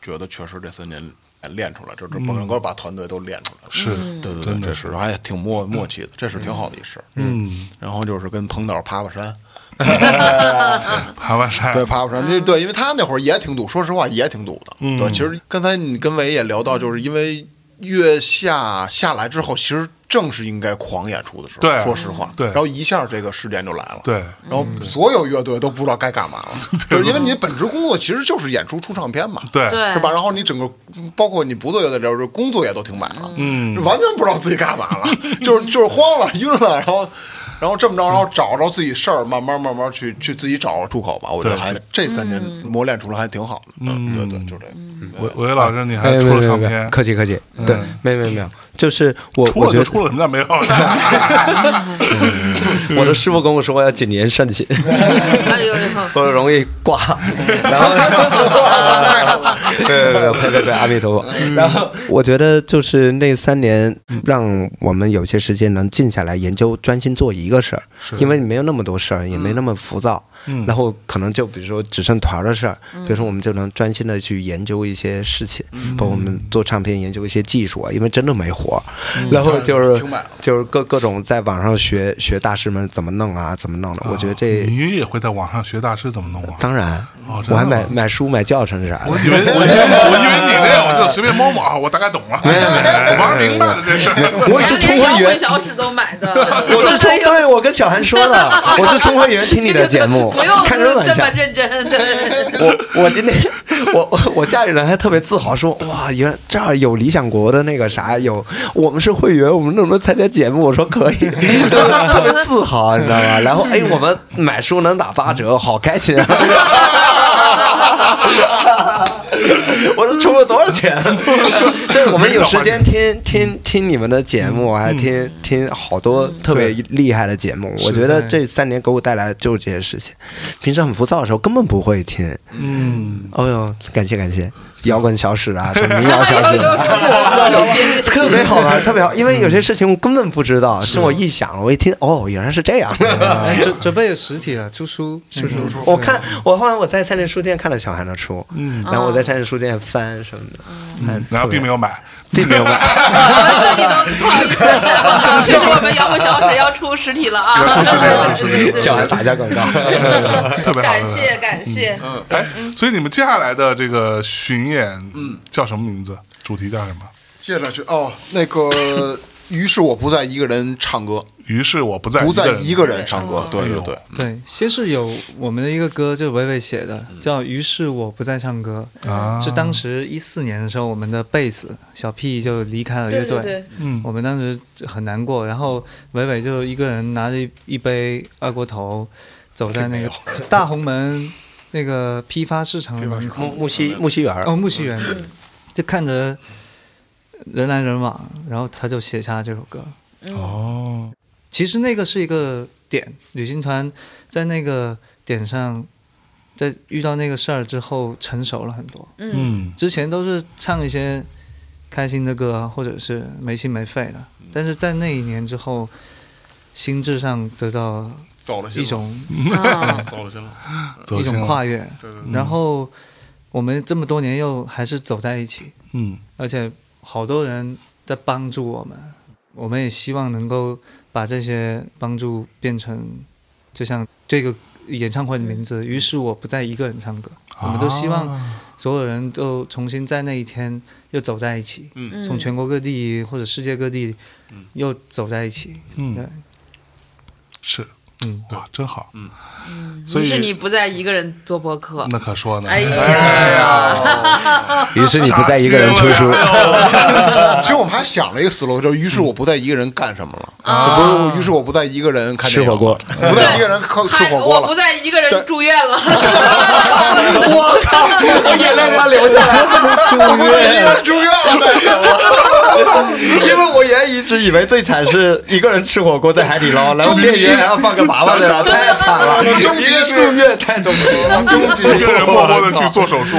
Speaker 3: 觉得确实这三年。练出来，这这整个把团队都练出来了，
Speaker 2: 是
Speaker 3: 嗯
Speaker 4: 嗯
Speaker 3: 对对
Speaker 2: 真
Speaker 3: 对，
Speaker 2: 的
Speaker 3: 这是还挺默默契的，这是挺好的一事儿。
Speaker 2: 嗯，
Speaker 3: 然后就是跟彭导爬爬山，
Speaker 2: 爬完 山，
Speaker 3: 对，爬不上。这对，因为他那会儿也挺堵，说实话也挺堵的。
Speaker 2: 嗯
Speaker 3: 对，其实刚才你跟伟也聊到，就是因为月下下来之后，其实正是应该狂演出的时候。
Speaker 2: 对
Speaker 3: 说实话，
Speaker 2: 对
Speaker 3: 然后一下这个时间就来了。。
Speaker 2: 对，
Speaker 3: 然后所有乐队都不知道该干 嘛了，就是因为你的本职工作其实就是演出、出唱片嘛，
Speaker 2: 对
Speaker 4: 对
Speaker 3: 是吧？然后你整个包括你不做乐队，就是工作也都停摆了，
Speaker 2: 嗯
Speaker 3: 完全不知道自己干嘛了，就是就是慌了、晕了，然后然后这么着，然后找着自己事儿，慢慢慢慢去去自己找出口吧。我觉得
Speaker 2: 对
Speaker 3: 还这三年磨练出来还挺好的，嗯，对对，就这个。
Speaker 2: 韦韦老师，你还
Speaker 5: 哎没有 没
Speaker 2: 出了
Speaker 5: 有没有
Speaker 2: 唱
Speaker 5: 没有，
Speaker 2: 片，嗯
Speaker 5: 客气客气，对，没有没有没有，就是我
Speaker 2: 出
Speaker 5: 我
Speaker 2: 了
Speaker 5: 觉
Speaker 2: 就
Speaker 5: 得
Speaker 2: 出了，什么叫没有？
Speaker 5: 我的师傅跟我说要谨言慎行，
Speaker 4: 哎呦，
Speaker 5: 我容易挂。然 后，对对对，拍拍拍，阿弥陀佛。然后我觉得就是那三年，让我们有些时间能静下来研究，专心做一个事儿，因为你没有那么多事儿，也没那么浮躁。
Speaker 2: 嗯
Speaker 5: 然后可能就比如说只剩团儿的事儿，
Speaker 4: 嗯
Speaker 5: 比如说我们就能专心的去研究一些事情，包括我们做唱片研究一些技术啊，因为真的没活儿。
Speaker 4: 嗯
Speaker 5: 然后就是
Speaker 3: 停摆了
Speaker 5: 就是各各种在网上学学大师们怎么弄啊，怎么弄的。我觉得这
Speaker 2: 你也会在网上学大师怎么弄啊？
Speaker 5: 当然
Speaker 2: 哦真，的
Speaker 5: 我还
Speaker 2: 吗
Speaker 5: 买买书买教程啥
Speaker 2: 我
Speaker 5: 的。
Speaker 2: 以为我以为我以为你那样，我就随便摸摸啊，我大概懂了，我玩明白了这事儿。
Speaker 5: 我
Speaker 4: 我
Speaker 5: 是
Speaker 4: 连
Speaker 5: 冲
Speaker 4: 摇滚
Speaker 5: 会员，
Speaker 4: 小史都买的，，
Speaker 5: 我是冲，对我跟小韩说的，我是冲会员听你的节目
Speaker 4: 不用
Speaker 5: 开什么玩
Speaker 4: 这
Speaker 5: 笑
Speaker 4: 么？认真，对，
Speaker 5: 我我今天我我我家里人还特别自豪说，哇，原来这儿有理想国的那个啥，有我们是会员，我们能不能参加节目？我说可以，都特别自豪，你知道吗？然后哎，我们买书能打八折，好开心啊！ 我说充了多少钱？啊 对，我们有时间听听听你们的节目，还听听好多特别厉害的节目。我觉得这三年给我带来的就是这些事情。平时很浮躁的时候根本不会听。
Speaker 2: 嗯，
Speaker 5: 哦呦，感谢感谢，摇滚小史 啊，什么民谣小史
Speaker 4: 哎呦
Speaker 5: 啊
Speaker 4: 有有有有，
Speaker 5: 特别好 玩，特别好。因为有些事情我根本不知道，是我一想，我一听，哦，原来是这样。
Speaker 1: 哎准准备有实体了，出书，嗯出书，
Speaker 5: 我看我后来我在三联书店看了小韩的书，
Speaker 2: 嗯
Speaker 5: 然后我在三联书店翻什么的，嗯
Speaker 2: 然后并没
Speaker 5: 有
Speaker 2: 有买，
Speaker 5: 并没有买。
Speaker 4: 我们自己都不好意思，确实我们摇滚小史要出实体了啊，对对对 对
Speaker 5: 小韩打架广 告，
Speaker 2: 特别好。
Speaker 4: 感谢感谢，
Speaker 2: 哎，所以你们接下来的这个巡演，嗯，叫什么名字？主题叫什么？
Speaker 3: 接下去哦，那个，于是我不再一个人唱歌，
Speaker 2: 于是我不再
Speaker 3: 不再
Speaker 2: 一
Speaker 3: 一
Speaker 2: 个
Speaker 3: 个
Speaker 2: 人
Speaker 3: 人唱歌，对哦对对，
Speaker 4: 嗯
Speaker 1: 对，先是有我们的一个歌，就是伟伟写的，
Speaker 4: 嗯
Speaker 1: 叫《于是我不再唱歌》，
Speaker 2: 啊
Speaker 1: 是当时一四年的时候，我们的贝斯小 P 就离开了乐
Speaker 4: 对
Speaker 1: 队，
Speaker 4: 对对，
Speaker 2: 嗯
Speaker 1: 我们当时很难过，然后伟伟就一个人拿着一一杯二锅头，走在 那个大红门那个批发市场的门口，
Speaker 5: 木木樨木樨园儿，
Speaker 1: 哦，木樨园，
Speaker 4: 嗯
Speaker 1: 就看着人来人往，然后他就写下这首歌。
Speaker 2: 哦，
Speaker 1: 其实那个是一个点，旅行团在那个点上，在遇到那个事儿之后成熟了很多。
Speaker 4: 嗯，
Speaker 2: 嗯
Speaker 1: 之前都是唱一些开心的歌，或者是没心没肺的，但是在那一年之后，心智上得到
Speaker 3: 走了心
Speaker 1: 一
Speaker 3: 了，
Speaker 1: 种
Speaker 4: 啊
Speaker 3: 走了心了，
Speaker 2: 走
Speaker 1: 一
Speaker 2: 心
Speaker 1: 种
Speaker 2: 了
Speaker 1: 跨越。
Speaker 3: 对对
Speaker 1: 然后我们这么多年又还是走在一起，
Speaker 2: 嗯
Speaker 1: 而且好多人在帮助我们，我们也希望能够把这些帮助变成，就像这个演唱会的名字。于是我不再一个人唱歌，我们都希望
Speaker 2: 啊
Speaker 1: 所有人都重新在那一天又走在一起，
Speaker 3: 嗯
Speaker 1: 从全国各地或者世界各地又走在一起。对
Speaker 2: 嗯，是
Speaker 1: 嗯，
Speaker 2: 哇，真好，嗯，所
Speaker 4: 于
Speaker 2: 以嗯
Speaker 4: 是你不再一个人做播客，
Speaker 2: 那可说呢，
Speaker 4: 哎呀
Speaker 5: 于是你不再一个人出书，
Speaker 3: 其实我们还想了一个思路，就是于是我不再一个人干什么了，不是，于是我不再一个人看
Speaker 5: 吃
Speaker 3: 电影
Speaker 5: 火锅
Speaker 3: 了不再一个人喝吃
Speaker 4: 嗨，
Speaker 3: 火锅
Speaker 4: 我
Speaker 3: 了
Speaker 4: 不。再一个人住院了，
Speaker 5: 我靠，我眼泪他流下来了，
Speaker 3: 不 再一个人住院了，对
Speaker 5: 因为我也一直以为最惨是一个人吃火锅在海底 捞，然后店员还要放个娃娃在那，太惨了，
Speaker 3: 终极
Speaker 5: 一个
Speaker 3: 是
Speaker 5: 住院太终极了。
Speaker 3: 终极
Speaker 2: 一个人默默的去做手术，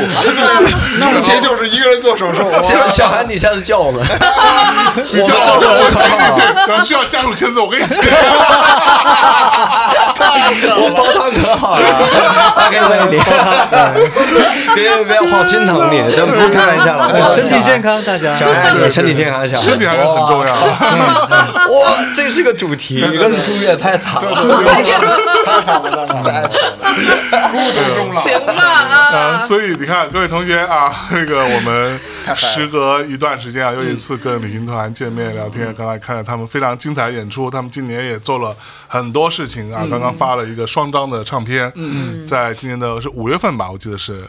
Speaker 3: 终极就是一个人做手术。
Speaker 5: 其实 小韩，你下次叫我 们，
Speaker 2: 你
Speaker 5: 我
Speaker 2: 叫我
Speaker 5: 们
Speaker 2: 我给你去，然后需要家属签字，我给你签。
Speaker 5: 我煲汤可好 了，我给喂你，别别别，好心疼你，真不是开玩笑 了，
Speaker 1: 身体健。康，大家。
Speaker 5: 小韩，你身体健康，小
Speaker 2: 身体还是很重要，
Speaker 5: 要。哇，这是个主题，一个人住院太惨了。
Speaker 4: 行吧啊
Speaker 2: 啊，，所以你看，各位同学啊， 那个我们时隔一段时间啊，又一次跟旅行团见面聊天。刚才看着他们非常精彩演出，他们今年也做了很多事情啊。刚刚发了一个双张的唱片，嗯，在今年的是五月份吧，我记得是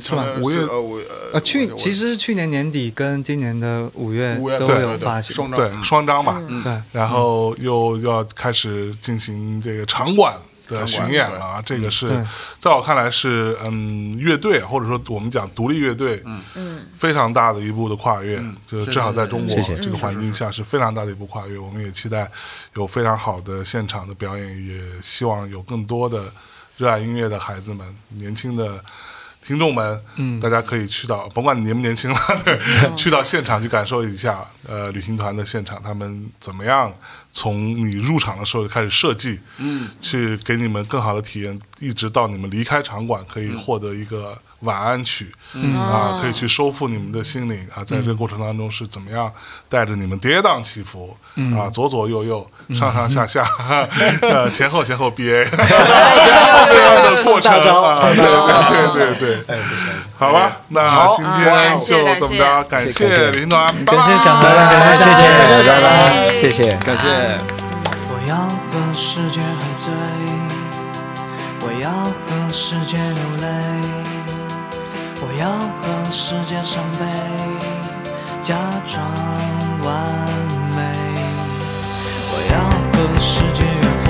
Speaker 3: 是
Speaker 1: 吧
Speaker 3: 五月
Speaker 2: 是
Speaker 3: 呃五月
Speaker 1: 呃，去其实是去年年底跟今年的五月
Speaker 3: 五月
Speaker 1: 都
Speaker 3: 对
Speaker 1: 有
Speaker 3: 对对
Speaker 1: 发行，
Speaker 3: 双张
Speaker 2: 对双张吧，
Speaker 1: 对
Speaker 2: 然后又要开始进行这个场馆对
Speaker 3: 钢
Speaker 2: 巡
Speaker 3: 管
Speaker 2: 演
Speaker 3: 对
Speaker 2: 了啊，这个是
Speaker 4: 对
Speaker 2: 在我看来是嗯乐队或者说我们讲独立乐队，嗯嗯，非常大的一步的跨越，就是
Speaker 3: 是
Speaker 2: 至少
Speaker 3: 是
Speaker 2: 在
Speaker 3: 是
Speaker 2: 中国
Speaker 5: 谢谢
Speaker 2: 这个环境下是非常大的一步跨越。我们也期待有非常好的现场的表演，也希望有更多的热爱音乐的孩子们、年轻的。听众们，嗯，大家可以去到，甭管你年不年轻了， 对，去到现场去感受一下，呃，旅行团的现场，他们怎么样从你入场的时候就开始设计，嗯，去给你们更好的体验，一直到你们离开场馆可以获得一个晚安曲，嗯啊，可以去收复你们的心灵啊，在这个过程当中是怎么样带着你们跌宕起伏，啊，左左右右，上上下 下，呃，前后前后 BA，这
Speaker 4: 哎
Speaker 2: 样的过程啊，对对对对对，好吧，那今天就这么着，感谢林导，
Speaker 4: 感谢小
Speaker 5: 拜
Speaker 4: 孩，感
Speaker 5: 拜，感
Speaker 4: 谢
Speaker 5: 哎谢，
Speaker 4: 小孩。
Speaker 5: 谢谢，拜拜，谢谢。
Speaker 3: 感谢。
Speaker 1: 我要和世界喝醉，我要和世界流泪，我要和世界伤悲，假装完美。我要和世界约会，